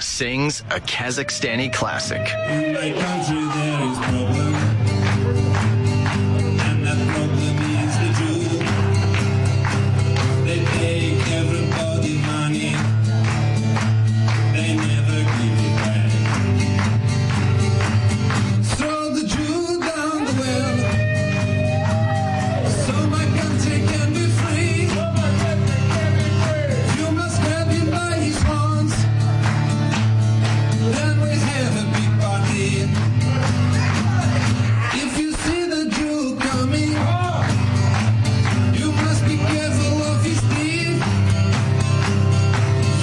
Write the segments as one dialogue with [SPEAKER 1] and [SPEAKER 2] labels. [SPEAKER 1] sings a Kazakhstani classic.
[SPEAKER 2] In my country there is problem, and that problem is the Jew. They take everybody money, they never give it back. Throw the Jew down the well, so my country can be free. You must grab him by his horns. Then we have a big party. If you see the Jew coming, you must be careful of his teeth.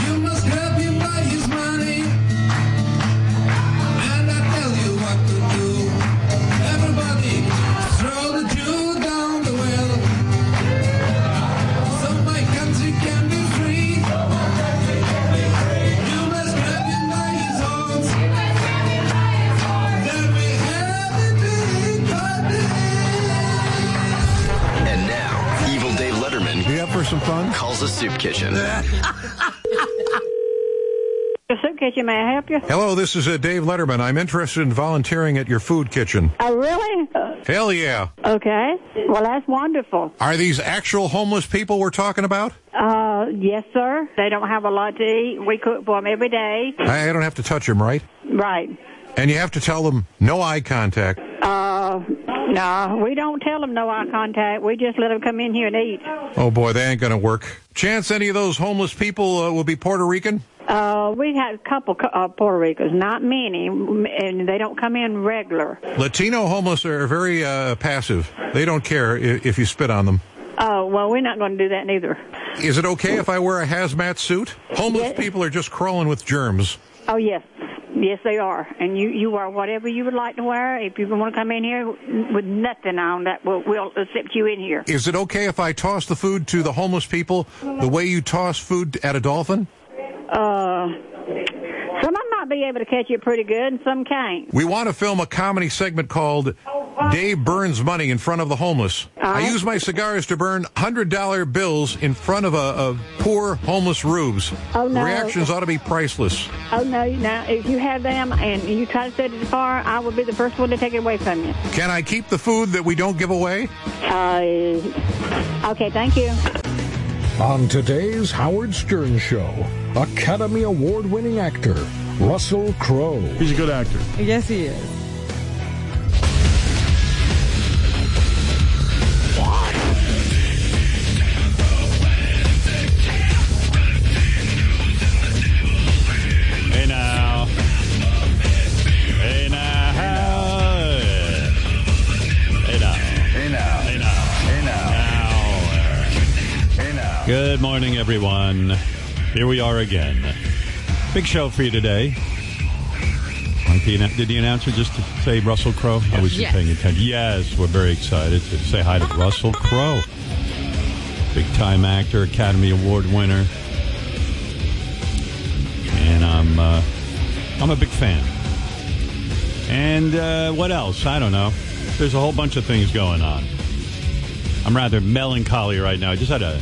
[SPEAKER 2] You must grab him by his money. And I tell you what to do. Everybody, throw the Jew down the well. So my country can be free. You must grab him by his horns. Then we have a big party.
[SPEAKER 1] And now, Evil Dave Letterman
[SPEAKER 3] You up for some fun?
[SPEAKER 1] calls a soup kitchen.
[SPEAKER 4] The soup kitchen, may I help you?
[SPEAKER 3] Hello, this is uh, Dave Letterman. I'm interested in volunteering at your food kitchen.
[SPEAKER 4] Oh, really? Uh,
[SPEAKER 3] Hell yeah.
[SPEAKER 4] okay. Well, that's wonderful.
[SPEAKER 3] Are these actual homeless people we're talking about?
[SPEAKER 4] Uh, yes, sir. They don't have a lot to eat. We cook for them every day.
[SPEAKER 3] I, I don't have to touch them, right?
[SPEAKER 4] Right.
[SPEAKER 3] And you have to tell them no eye contact.
[SPEAKER 4] Uh, no, we don't tell them no eye contact. We just let them come in here and eat.
[SPEAKER 3] Oh boy, that ain't gonna work. Chance any of those homeless people uh, will be Puerto Rican?
[SPEAKER 4] Uh, we had a couple co- uh, Puerto Ricans, not many, m- and they don't come in regular.
[SPEAKER 3] Latino homeless are very uh, passive. They don't care if, if you spit on them.
[SPEAKER 4] Oh, well, we're not going to do that neither.
[SPEAKER 3] Is it okay if I wear a hazmat suit? Homeless people are just crawling with germs.
[SPEAKER 4] Oh, yes. Yes, they are. And you, you wear whatever you would like to wear. If you want to come in here with nothing on that, we'll, we'll accept you in here.
[SPEAKER 3] Is it okay if I toss the food to the homeless people the way you toss food at a dolphin?
[SPEAKER 4] Uh, some of them might be able to catch it pretty good, and some can't.
[SPEAKER 3] We want to film a comedy segment called Dave Burns Money in Front of the Homeless. I
[SPEAKER 4] Uh-huh.
[SPEAKER 3] use my cigars to burn $100 bills in front of a, a poor homeless rubes.
[SPEAKER 4] Oh, no.
[SPEAKER 3] Reactions ought to be priceless.
[SPEAKER 4] Oh no! Now, if you have them and you try to set it far, I will be the first one to take it away from you.
[SPEAKER 3] Can I keep the food that we don't give away?
[SPEAKER 4] Uh, okay, thank you.
[SPEAKER 5] On today's Howard Stern Show, Academy Award winning actor Russell Crowe,
[SPEAKER 6] He's a good actor.
[SPEAKER 7] Yes, he is.
[SPEAKER 6] Hey now. Hey now. Hey now. Hey now. Hey now. Hey now. Good morning, everyone. Here we are again. Big show for you today. Aren't the annou- Did the announcer just say Russell Crowe? I was just
[SPEAKER 7] Yes.
[SPEAKER 6] paying attention. Yes, we're very excited to say hi to Russell Crowe. Big time actor, Academy Award winner. And I'm, uh, I'm a big fan. And uh, what else? I don't know. There's a whole bunch of things going on. I'm rather melancholy right now. I just had a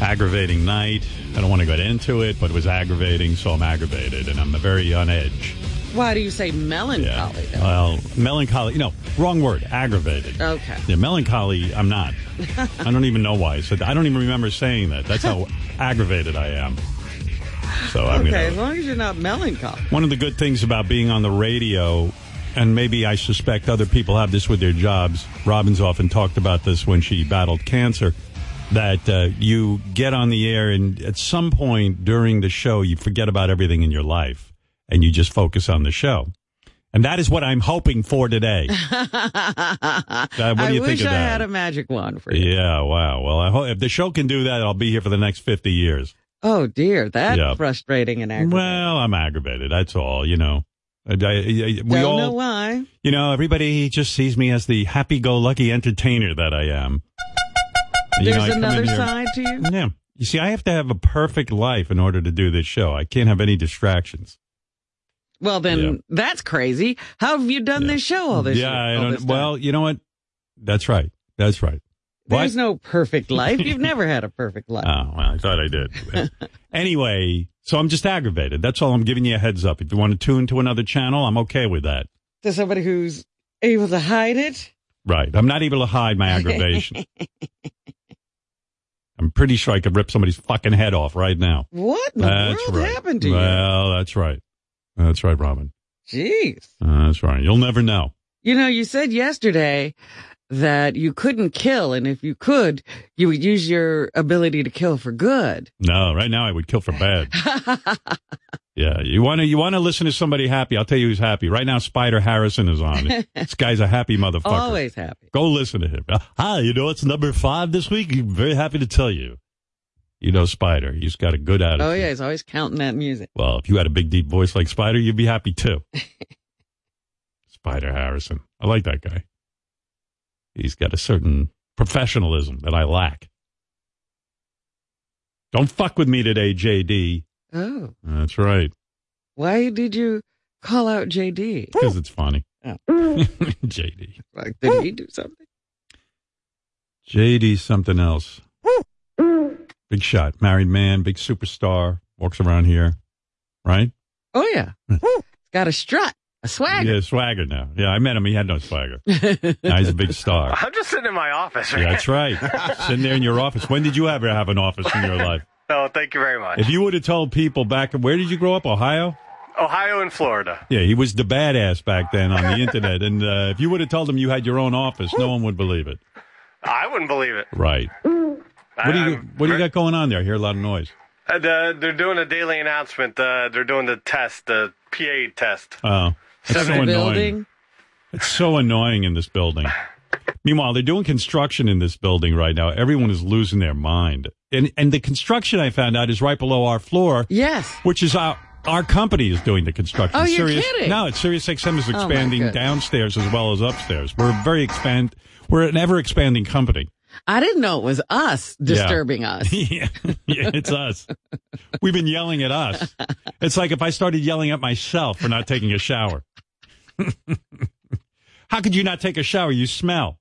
[SPEAKER 6] aggravating night. I don't want to get into it, but it was aggravating, so I'm aggravated, and I'm very on edge.
[SPEAKER 7] Why do you say melancholy? though?
[SPEAKER 6] Well, melancholy. No, wrong word. Aggravated.
[SPEAKER 7] Okay.
[SPEAKER 6] Yeah, melancholy. I'm not. I don't even know why I said. That. I don't even remember saying that. That's how aggravated I am. So I'm
[SPEAKER 7] okay,
[SPEAKER 6] gonna.
[SPEAKER 7] as long as you're not melancholy.
[SPEAKER 6] One of the good things about being on the radio, and maybe I suspect other people have this with their jobs, Robin's often talked about this when she battled cancer, that uh, you get on the air and at some point during the show, you forget about everything in your life and you just focus on the show. And that is what I'm hoping for today. Uh, what do
[SPEAKER 7] I
[SPEAKER 6] you
[SPEAKER 7] wish
[SPEAKER 6] think of
[SPEAKER 7] I
[SPEAKER 6] that?
[SPEAKER 7] had a magic wand for you.
[SPEAKER 6] yeah, wow. Well, I hope if the show can do that, I'll be here for the next 50 years.
[SPEAKER 7] Oh dear, that's
[SPEAKER 6] Yeah.
[SPEAKER 7] frustrating and aggravating.
[SPEAKER 6] Well, I'm aggravated. That's all, you know. I, I, I, we
[SPEAKER 7] Don't
[SPEAKER 6] all
[SPEAKER 7] know why.
[SPEAKER 6] You know, everybody just sees me as the happy-go-lucky entertainer that I am. You know, I
[SPEAKER 7] There's
[SPEAKER 6] come in
[SPEAKER 7] another
[SPEAKER 6] here-
[SPEAKER 7] side to you.
[SPEAKER 6] Yeah. You see, I have to have a perfect life in order to do this show. I can't have any distractions.
[SPEAKER 7] Well, then
[SPEAKER 6] Yeah.
[SPEAKER 7] that's crazy. How have you done
[SPEAKER 6] Yeah.
[SPEAKER 7] this show all this?
[SPEAKER 6] yeah,
[SPEAKER 7] year-
[SPEAKER 6] I
[SPEAKER 7] all
[SPEAKER 6] don't.
[SPEAKER 7] this time?
[SPEAKER 6] well, you know what? That's right. That's right.
[SPEAKER 7] There's no perfect life. You've never had a perfect life.
[SPEAKER 6] Oh, well, I thought I did. anyway, so I'm just aggravated. That's all. I'm giving you a heads up. If you want to tune to another channel, I'm okay with that.
[SPEAKER 7] to somebody who's able to hide it.
[SPEAKER 6] Right. I'm not able to hide my aggravation. I'm pretty sure I could rip somebody's fucking head off right now.
[SPEAKER 7] What in the
[SPEAKER 6] That's
[SPEAKER 7] world
[SPEAKER 6] right.
[SPEAKER 7] happened to you?
[SPEAKER 6] Well, that's right. That's right, Robin.
[SPEAKER 7] Jeez.
[SPEAKER 6] Uh, that's right. You'll never know.
[SPEAKER 7] You know, you said yesterday that you couldn't kill, and if you could, you would use your ability to kill for good.
[SPEAKER 6] No, right now I would kill for bad. yeah, you want to you want to listen to somebody happy? I'll tell you who's happy right now. Spider Harrison is on. this guy's a happy motherfucker.
[SPEAKER 7] Always happy.
[SPEAKER 6] Go listen to him. Uh, Hi, you know it's number five this week. I'm very happy to tell you. You know Spider. He's got a good attitude.
[SPEAKER 7] Oh, yeah, he's always counting that music.
[SPEAKER 6] Well, if you had a big deep voice like Spider, you'd be happy too. Spider Harrison. I like that guy. He's got a certain professionalism that I lack. Don't fuck with me today, JD.
[SPEAKER 7] Oh,
[SPEAKER 6] That's right.
[SPEAKER 7] why did you call out JD?
[SPEAKER 6] Because it's funny.
[SPEAKER 7] Oh.
[SPEAKER 6] JD.
[SPEAKER 7] Like, did he do something?
[SPEAKER 6] JD something else. Big shot, married man, big superstar, walks around here, right?
[SPEAKER 7] Oh, yeah. He's got a strut, a swagger.
[SPEAKER 6] Yeah, swagger now. Yeah, I met him. He had no swagger. now he's a big star.
[SPEAKER 8] I'm just sitting in my office.
[SPEAKER 6] Yeah, that's right. Sitting there in your office. When did you ever have an office in your life?
[SPEAKER 8] No, thank you very much.
[SPEAKER 6] If you would have told people back, where did you grow up? Ohio?
[SPEAKER 8] Ohio and Florida.
[SPEAKER 6] Yeah, he was the badass back then on the internet. And uh, if you would have told him you had your own office, no one would believe it.
[SPEAKER 8] I wouldn't believe it.
[SPEAKER 6] Right. What do you
[SPEAKER 8] I'm-
[SPEAKER 6] What do you got going on there? I hear a lot of noise.
[SPEAKER 8] Uh, the, they're doing a daily announcement. Uh, they're doing the test, the PA test.
[SPEAKER 6] Oh, that's so
[SPEAKER 7] The
[SPEAKER 6] annoying.
[SPEAKER 7] building.
[SPEAKER 6] It's so annoying in this building. Meanwhile, they're doing construction in this building right now. Everyone is losing their mind. And and the construction I found out is right below our floor,
[SPEAKER 7] Yes.
[SPEAKER 6] which is our our company is doing the construction.
[SPEAKER 7] Oh, you're
[SPEAKER 6] Sirius,
[SPEAKER 7] kidding. Oh,
[SPEAKER 6] No, it's Sirius XM is
[SPEAKER 7] my
[SPEAKER 6] expanding
[SPEAKER 7] goodness.
[SPEAKER 6] downstairs as well as upstairs. We're very expand we're an ever expanding company.
[SPEAKER 7] I didn't know it was us disturbing us.
[SPEAKER 6] yeah, yeah, it's us. We've been yelling at us. It's like if I started yelling at myself for not taking a shower. How could you not take a shower? You smell.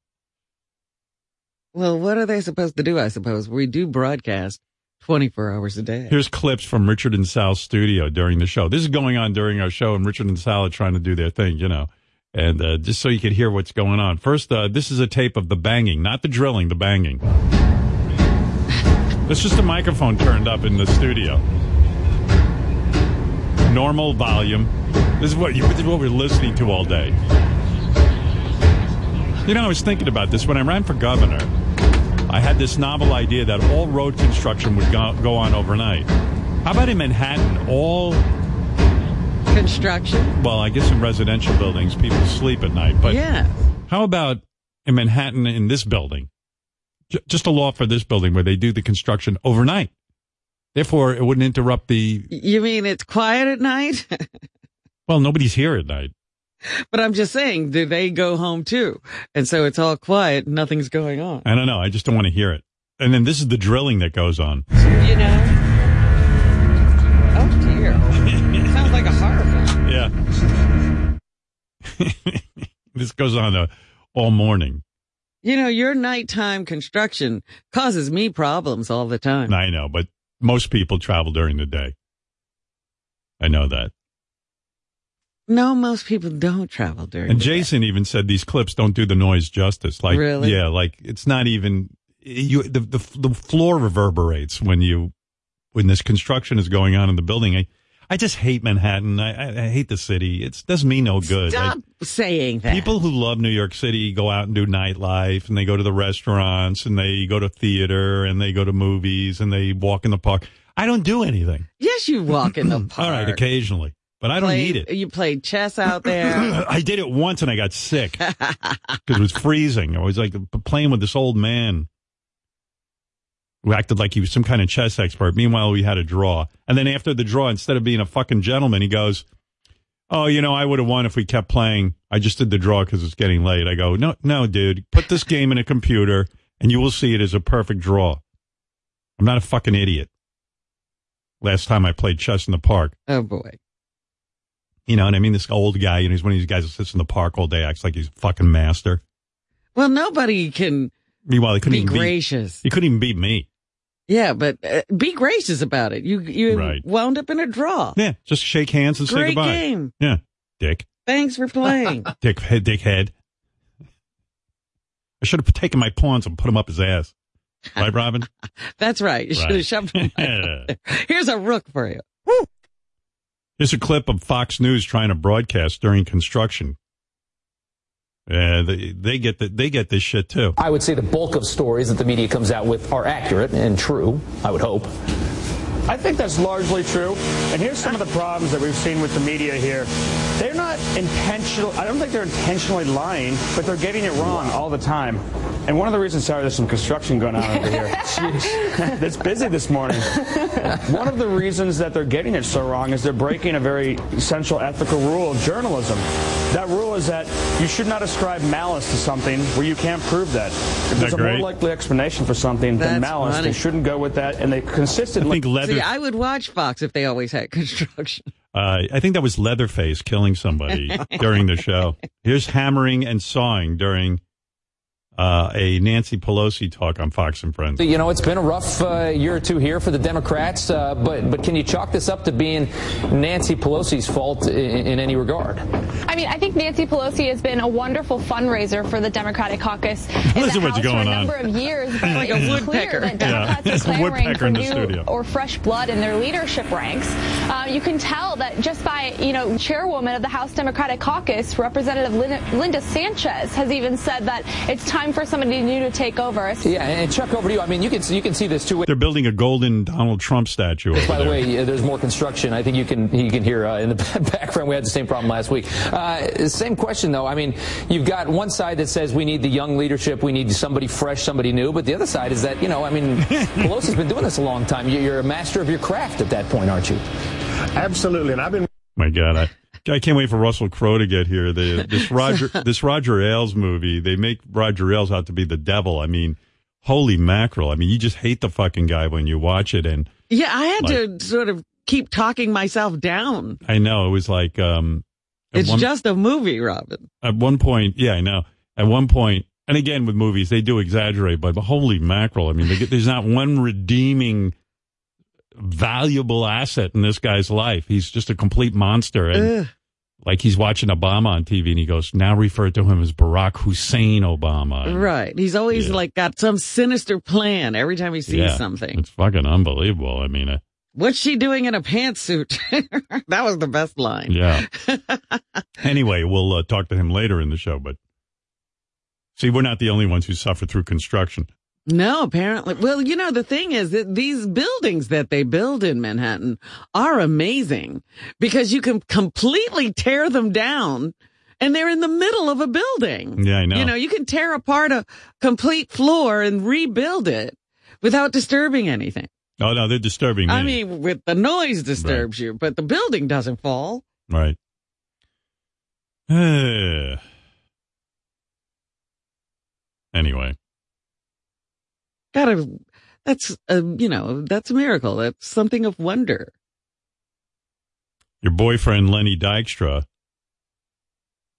[SPEAKER 7] Well, what are they supposed to do, I suppose? We do broadcast 24 hours a day.
[SPEAKER 6] Here's clips from Richard and Sal's studio during the show. This is going on during our show, and Richard and Sal are trying to do their thing, you know. And uh, just so you could hear what's going on. First, uh, this is a tape of the banging, not the drilling, the banging. It's just a microphone turned up in the studio. Normal volume. This is what you, this is what we're listening to all day. You know, I was thinking about this when I ran for governor. I had this novel idea that all road construction would go, go on overnight. How about in Manhattan? All
[SPEAKER 7] Construction?
[SPEAKER 6] well, I guess in residential buildings, people sleep at night. But
[SPEAKER 7] Yes.
[SPEAKER 6] how about in Manhattan in this building? J- just a law for this building where they do the construction overnight. Therefore, it wouldn't interrupt the.
[SPEAKER 7] You mean it's quiet at night?
[SPEAKER 6] Well, nobody's here at night.
[SPEAKER 7] but I'm just saying, do they go home too? And so it's all quiet, nothing's going on.
[SPEAKER 6] I don't know. I just don't want to hear it. And then this is the drilling that goes on.
[SPEAKER 7] You know? Oh dear. Sounds like a horror film.
[SPEAKER 6] Yeah. this goes on uh, all morning.
[SPEAKER 7] You know, your nighttime construction causes me problems all the time.
[SPEAKER 6] I know, but most people travel during the day. I know that.
[SPEAKER 7] No, most people don't travel during
[SPEAKER 6] And
[SPEAKER 7] the day.
[SPEAKER 6] Jason even said these clips don't do the noise justice. Like,
[SPEAKER 7] Really?
[SPEAKER 6] yeah, like it's not even you. The, the the floor reverberates when you when this construction is going on in the building. I I just hate Manhattan. I I, I hate the city. It does me no good. I-
[SPEAKER 7] Stop saying that.
[SPEAKER 6] People who love New York City go out and do nightlife and they go to the restaurants and they go to theater and they go to movies and they walk in the park. I don't do anything. Hmm.
[SPEAKER 7] yes, you walk in the park.
[SPEAKER 6] All right, occasionally, but I don't
[SPEAKER 7] Play-
[SPEAKER 6] need it.
[SPEAKER 7] You play chess out there.
[SPEAKER 6] I did it once and I got sick because it was freezing. I was like playing with this old man who acted like he was some kind of chess expert. Meanwhile, we had a draw. And then after the draw, instead of being a fucking gentleman, he goes, Oh, you know, I would have won if we kept playing. I just did the draw because it's getting late. I go, No, no, dude, put this game in a computer and you will see it as a perfect draw. I'm not a fucking idiot. Last time I played chess in the park.
[SPEAKER 7] Oh boy.
[SPEAKER 6] You know what I mean? This old guy, you know, he's one of these guys that sits in the park all day, acts like he's a fucking master.
[SPEAKER 7] Well, nobody can
[SPEAKER 6] Meanwhile, they couldn't
[SPEAKER 7] Be
[SPEAKER 6] even
[SPEAKER 7] gracious.
[SPEAKER 6] beat. You couldn't even beat me.
[SPEAKER 7] Yeah, but uh, be gracious about it. You you
[SPEAKER 6] Right.
[SPEAKER 7] wound up in a draw.
[SPEAKER 6] Yeah, just shake hands and say
[SPEAKER 7] Great
[SPEAKER 6] goodbye.
[SPEAKER 7] game.
[SPEAKER 6] Yeah, dick,
[SPEAKER 7] Thanks for playing.
[SPEAKER 6] dick, head, dick head. I should have taken my pawns and put them up his ass. Right, Robin?
[SPEAKER 7] That's right. You should have
[SPEAKER 6] Right.
[SPEAKER 7] shoved him. right
[SPEAKER 6] Yeah.
[SPEAKER 7] there. Here's a rook for you.
[SPEAKER 6] Here's a clip of Fox News trying to broadcast during construction. Uh, they, they get the, they get this shit too.
[SPEAKER 9] I would say the bulk of stories that the media comes out with are accurate and true, I would hope.
[SPEAKER 10] I think that's largely true. And here's some of the problems that we've seen with the media here. They're not intentional. I don't think they're intentionally lying, but they're getting it wrong all the time. And one of the reasons, sorry, there's some construction going on over here. Jeez. it's busy this morning. one of the reasons that they're getting it so wrong is they're breaking a very essential ethical rule of journalism. That rule is that you should not ascribe malice to something where you can't prove that. If there's a more
[SPEAKER 6] great?
[SPEAKER 10] likely explanation for something
[SPEAKER 7] That's
[SPEAKER 10] than malice,
[SPEAKER 7] funny.
[SPEAKER 10] they shouldn't go with that, and they
[SPEAKER 6] I
[SPEAKER 10] consistently
[SPEAKER 6] think leather.
[SPEAKER 7] See, I would watch Fox if they always had construction.
[SPEAKER 6] Uh, I think that was Leatherface killing somebody during the show. Here's hammering and sawing during uh, a Nancy Pelosi talk on Fox and Friends.
[SPEAKER 9] You know, it's been a rough uh, year or two here for the Democrats, uh, but but can you chalk this up to being Nancy Pelosi's fault in, in any regard?
[SPEAKER 11] I mean, I think Nancy Pelosi has been a wonderful fundraiser for the Democratic caucus in
[SPEAKER 6] Listen
[SPEAKER 11] the
[SPEAKER 6] what's
[SPEAKER 11] House
[SPEAKER 6] going
[SPEAKER 11] for
[SPEAKER 6] on.
[SPEAKER 11] a number of years. but
[SPEAKER 7] Like a
[SPEAKER 11] it's clear
[SPEAKER 7] woodpecker.
[SPEAKER 11] that
[SPEAKER 6] Yeah.
[SPEAKER 11] Democrats are
[SPEAKER 6] It's a
[SPEAKER 11] clamoring
[SPEAKER 6] woodpecker
[SPEAKER 11] for
[SPEAKER 6] in the
[SPEAKER 11] new
[SPEAKER 6] studio.
[SPEAKER 11] or fresh blood in their leadership ranks. Uh, you can tell that just by, you know, chairwoman of the House Democratic Caucus, Representative Lin- Linda Sanchez, has even said that it's time for somebody new to take over.
[SPEAKER 9] Yeah, and Chuck, over to you. I mean, you can see- you can see this two ways.
[SPEAKER 6] They're building a golden Donald Trump statue. Over
[SPEAKER 9] By the
[SPEAKER 6] there.
[SPEAKER 9] way, uh, there's more construction. I think you can you can hear uh, in the background. We had the same problem last week. Uh, same question though. I mean, you've got one side that says we need the young leadership, we need somebody fresh, somebody new, but the other side is that you know, I mean, Pelosi's been doing this a long time. You- You're a master of your craft at that point, aren't you?
[SPEAKER 10] Absolutely, and I've been
[SPEAKER 6] my God, I. I can't wait for Russell Crowe to get here. They, this Roger, this Roger Ailes movie, they make Roger Ailes out to be the devil. I mean, holy mackerel! I mean, you just hate the fucking guy when you watch it, and
[SPEAKER 7] Yeah, I had to sort of keep talking myself down.
[SPEAKER 6] I know it was like, um, at
[SPEAKER 7] It's
[SPEAKER 6] one-
[SPEAKER 7] just a movie, Robin.
[SPEAKER 6] at one point, yeah, I know. At one point, and again with movies, they do exaggerate, but holy mackerel! I mean, they get, there's not one redeeming, valuable asset in this guy's life. He's just a complete monster, and
[SPEAKER 7] Ugh.
[SPEAKER 6] like he's watching Obama on TV, and he goes, "Now refer to him as Barack Hussein Obama." And,
[SPEAKER 7] Right. He's always
[SPEAKER 6] Yeah.
[SPEAKER 7] like got some sinister plan every time he sees
[SPEAKER 6] yeah,
[SPEAKER 7] something.
[SPEAKER 6] It's fucking unbelievable. I mean, uh,
[SPEAKER 7] What's she doing in a pantsuit? that was the best line.
[SPEAKER 6] yeah. anyway, we'll uh, talk to him later in the show, but see, we're not the only ones who suffer through construction.
[SPEAKER 7] No, apparently. Well, you know, the thing is that these buildings that they build in Manhattan are amazing because you can completely tear them down and they're in the middle of a building.
[SPEAKER 6] Yeah, I know.
[SPEAKER 7] You know, you can tear apart a complete floor and rebuild it without disturbing anything.
[SPEAKER 6] Oh no, they're disturbing.
[SPEAKER 7] I
[SPEAKER 6] me.
[SPEAKER 7] mean, with the noise disturbs you, but the building doesn't fall.
[SPEAKER 6] Right. Eh. anyway,
[SPEAKER 7] Gotta, that's, a, you know, that's a miracle. That's something of wonder.
[SPEAKER 6] your boyfriend Lenny Dykstra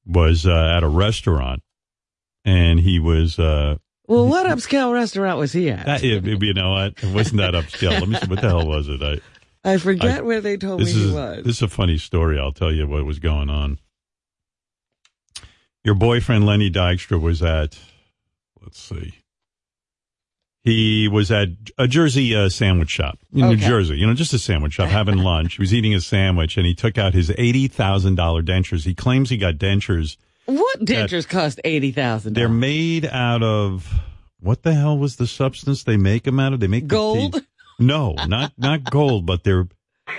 [SPEAKER 6] was uh, at a restaurant, and he was. Uh,
[SPEAKER 7] Well, what upscale restaurant was he at?
[SPEAKER 6] that, it, it- you know what? It wasn't that upscale. Let me see. What the hell was it? I,
[SPEAKER 7] I forget
[SPEAKER 6] I-
[SPEAKER 7] where they told
[SPEAKER 6] this
[SPEAKER 7] me
[SPEAKER 6] is
[SPEAKER 7] he was.
[SPEAKER 6] this is a funny story. I'll tell you what was going on. Your boyfriend Lenny Dykstra was at. Let's see. He was at a Jersey uh, sandwich shop in New
[SPEAKER 7] Okay.
[SPEAKER 6] Jersey. You know, just a sandwich shop having lunch. He was eating a sandwich and he took out his eighty thousand dollar dentures. He claims he got dentures.
[SPEAKER 7] What dentures cost eighty thousand?
[SPEAKER 6] They're made out of what the hell was the substance they make them out of? They make the
[SPEAKER 7] Gold?
[SPEAKER 6] teeth- No, not not gold, but they're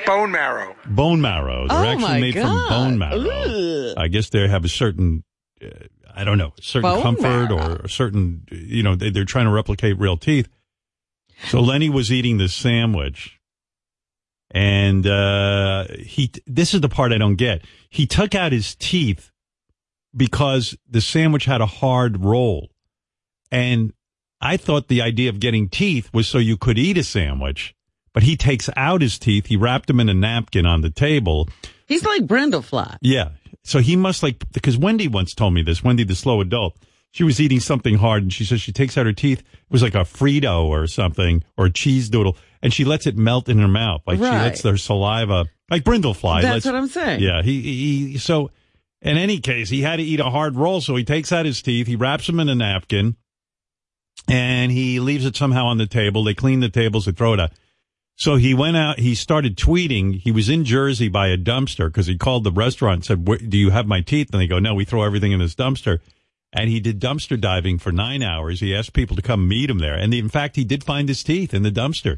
[SPEAKER 12] Bone marrow.
[SPEAKER 6] bone marrow. They're
[SPEAKER 7] Oh, my
[SPEAKER 6] actually made from
[SPEAKER 7] God.
[SPEAKER 6] bone marrow.
[SPEAKER 7] Ugh.
[SPEAKER 6] I guess they have a certain, uh, I don't know, certain
[SPEAKER 7] Bone
[SPEAKER 6] comfort
[SPEAKER 7] marrow.
[SPEAKER 6] or a certain, you know, they, they're trying to replicate real teeth. So Lenny was eating this sandwich, and uh, he. This is the part I don't get. He took out his teeth because the sandwich had a hard roll, and I thought the idea of getting teeth was so you could eat a sandwich. But he takes out his teeth. He wrapped them in a napkin on the table,
[SPEAKER 7] He's like Brendel Fly.
[SPEAKER 6] yeah. So he must like because Wendy once told me this. Wendy, the slow adult, She was eating something hard, and she says she takes out her teeth. It was like a Frito or something, or a cheese doodle, and she lets it melt in her mouth. Like she
[SPEAKER 7] Right.
[SPEAKER 6] lets their saliva, like brindlefly.
[SPEAKER 7] That's
[SPEAKER 6] lets-
[SPEAKER 7] what I'm saying.
[SPEAKER 6] Yeah, he, he. So, in any case, he had to eat a hard roll, so he takes out his teeth, he wraps them in a napkin, and he leaves it somehow on the table. They clean the tables, they throw it out. So he went out, he started tweeting. He was in Jersey by a dumpster because he called the restaurant and said, "Where- Do you have my teeth? And they go, No, we throw everything in this dumpster. And he did dumpster diving for nine hours. He asked people to come meet him there. And in fact, he did find his teeth in the dumpster.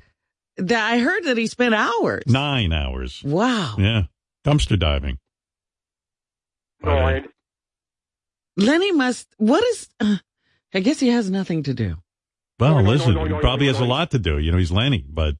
[SPEAKER 7] That I heard that he spent hours.
[SPEAKER 6] Nine hours.
[SPEAKER 7] Wow.
[SPEAKER 6] Yeah. Dumpster diving.
[SPEAKER 7] Lenny must. What is? Uh, I guess he has nothing to do.
[SPEAKER 6] Well, listen, he probably has a lot to do. You know, he's Lenny, but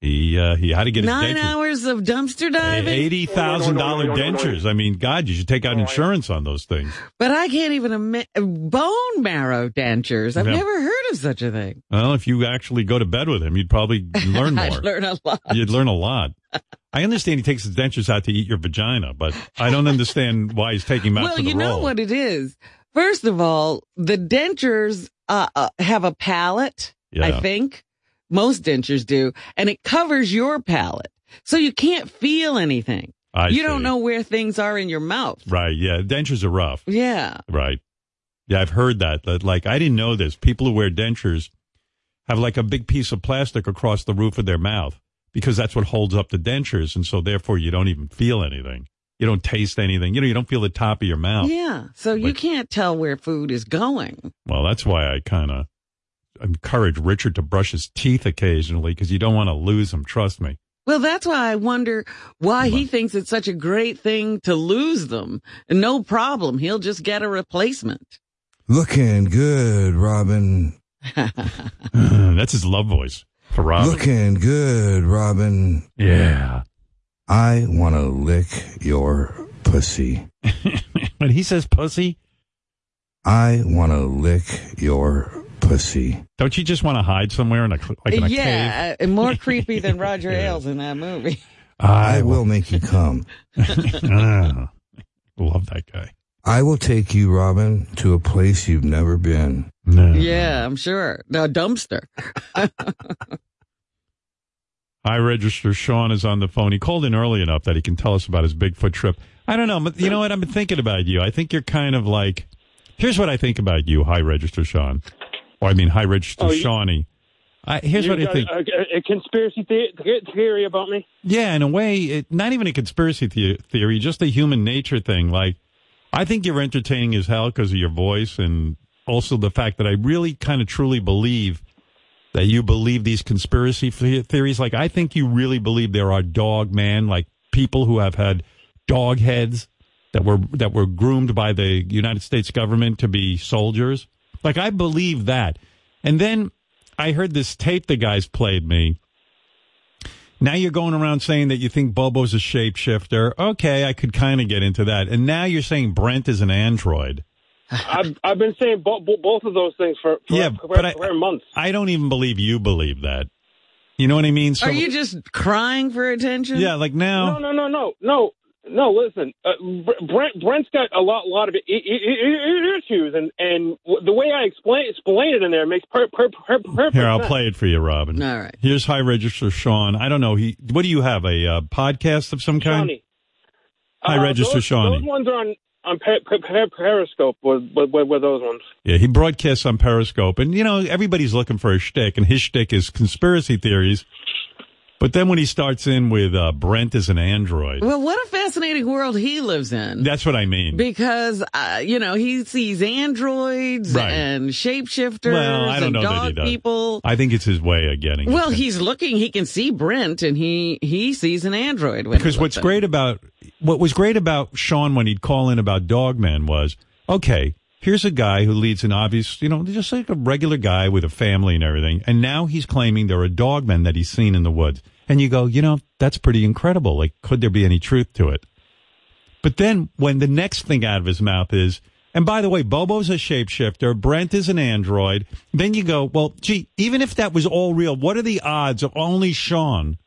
[SPEAKER 6] he, uh, he had to get his
[SPEAKER 7] Nine
[SPEAKER 6] dentures.
[SPEAKER 7] hours of dumpster diving.
[SPEAKER 6] Eighty thousand dollar dentures. I mean, God, you should take out insurance on those things.
[SPEAKER 7] But I can't even ima- bone marrow dentures. I've
[SPEAKER 6] Yeah.
[SPEAKER 7] never heard of such a thing.
[SPEAKER 6] Well, if you actually go to bed with him, you'd probably learn
[SPEAKER 7] I'd
[SPEAKER 6] more.
[SPEAKER 7] learn a lot.
[SPEAKER 6] You'd learn a lot. I understand he takes his dentures out to eat your vagina, but I don't understand why he's taking them out
[SPEAKER 7] well,
[SPEAKER 6] for the
[SPEAKER 7] you know
[SPEAKER 6] roll.
[SPEAKER 7] what it is. First of all, the dentures uh, uh, have a palate.
[SPEAKER 6] Yeah.
[SPEAKER 7] I think most dentures do, and it covers your palate, so you can't feel anything.
[SPEAKER 6] I
[SPEAKER 7] you
[SPEAKER 6] see.
[SPEAKER 7] don't know where things are in your mouth.
[SPEAKER 6] Right? Yeah, dentures are rough.
[SPEAKER 7] Yeah.
[SPEAKER 6] Right. Yeah, I've heard that. That like I didn't know this. People who wear dentures have like a big piece of plastic across the roof of their mouth because that's what holds up the dentures, and so therefore you don't even feel anything. You don't taste anything. You know, you don't feel the top of your mouth.
[SPEAKER 7] Yeah. So you can't tell where food is going.
[SPEAKER 6] Well, that's why I kind of encourage Richard to brush his teeth occasionally because you don't want to lose them. Trust me.
[SPEAKER 7] Well, that's why I wonder why he thinks it's such a great thing to lose them. No problem. He'll just get a replacement.
[SPEAKER 13] Looking good, Robin.
[SPEAKER 6] That's his love voice. For Robin.
[SPEAKER 13] Looking good, Robin.
[SPEAKER 6] Yeah.
[SPEAKER 13] I want to lick your pussy.
[SPEAKER 6] when he says pussy,
[SPEAKER 13] I want to lick your pussy.
[SPEAKER 6] Don't you just want to hide somewhere in a cl- like in a cave?
[SPEAKER 7] yeah. uh, More creepy than Roger Ailes in that movie.
[SPEAKER 6] I, Oh.
[SPEAKER 13] will make you come.
[SPEAKER 6] Love that guy.
[SPEAKER 13] I will take you, Robin, to a place you've never been.
[SPEAKER 7] Yeah, I'm sure. No, dumpster.
[SPEAKER 6] I register. Sean is on the phone. He called in early enough that he can tell us about his Bigfoot trip. I don't know, but you know what? I've been thinking about you. I think you're kind of like. Here's what I think about you, High Register Sean, or I mean High Register
[SPEAKER 12] Oh, you-
[SPEAKER 6] Shawnee. I, Uh, here's
[SPEAKER 12] You
[SPEAKER 6] what I
[SPEAKER 12] got
[SPEAKER 6] think.
[SPEAKER 12] A, a, a conspiracy the- the- theory about me.
[SPEAKER 6] Yeah, in a way, it, not even a conspiracy the- theory, just a human nature thing. Like, I think you're entertaining as hell because of your voice and also the fact that I really kind of truly believe that you believe these conspiracy f- theories. Like, I think you really believe there are dog man, like people who have had dog heads that were, that were groomed by the United States government to be soldiers. Like, I believe that. And then I heard this tape the guys played me. Now you're going around saying that you think Bobo's a shapeshifter. Okay, I could kind of get into that. And now you're saying Brent is an android.
[SPEAKER 12] I've, I've been saying bo- bo- both of those things for, for,
[SPEAKER 6] Yeah,
[SPEAKER 12] for,
[SPEAKER 6] but I-
[SPEAKER 12] for months.
[SPEAKER 6] I don't even believe you believe that. You know what I mean? So,
[SPEAKER 7] Are you just crying for attention?
[SPEAKER 6] Yeah, like now-
[SPEAKER 12] No, no, no, no, no, no. Listen, uh, Br- Brent Brent's got a lot, lot of e-, i- i- i- i- e-, issues, and and w- the way I explain explain it in there makes per, per, per, perfect.
[SPEAKER 6] here, I'll
[SPEAKER 12] sense.
[SPEAKER 6] play it for you, Robin.
[SPEAKER 7] All right.
[SPEAKER 6] Here's High Register Sean. I don't know. He. What do you have? A uh, podcast of some kind?
[SPEAKER 12] Shawnee.
[SPEAKER 6] High
[SPEAKER 12] Uh,
[SPEAKER 6] Register
[SPEAKER 12] those,
[SPEAKER 6] Shawnee.
[SPEAKER 12] Those ones are on on per, per, per, Periscope. With, with, with those ones.
[SPEAKER 6] Yeah, he broadcasts on Periscope, and you know everybody's looking for a shtick, and his shtick is conspiracy theories. But then when he starts in with uh, Brent is an android,
[SPEAKER 7] Well, what a fascinating world he lives in.
[SPEAKER 6] that's what I mean.
[SPEAKER 7] Because, uh, you know, he sees androids
[SPEAKER 6] Right.
[SPEAKER 7] and shapeshifters
[SPEAKER 6] Well, I
[SPEAKER 7] and
[SPEAKER 6] don't know that he
[SPEAKER 7] dog
[SPEAKER 6] does.
[SPEAKER 7] people.
[SPEAKER 6] I think it's his way of getting.
[SPEAKER 7] Well, he's looking. He can see Brent, and he he sees an android. When he
[SPEAKER 6] because
[SPEAKER 7] looks
[SPEAKER 6] what's
[SPEAKER 7] at
[SPEAKER 6] great about what was great about Sean when he'd call in about Dogman was okay. Here's a guy who leads an obvious, you know, just like a regular guy with a family and everything, and now he's claiming there are dogmen that he's seen in the woods. And you go, you know, that's pretty incredible. Like, could there be any truth to it? But then when the next thing out of his mouth is, and by the way, Bobo's a shapeshifter, Brent is an android, then you go, well, gee, even if that was all real, what are the odds of only Sean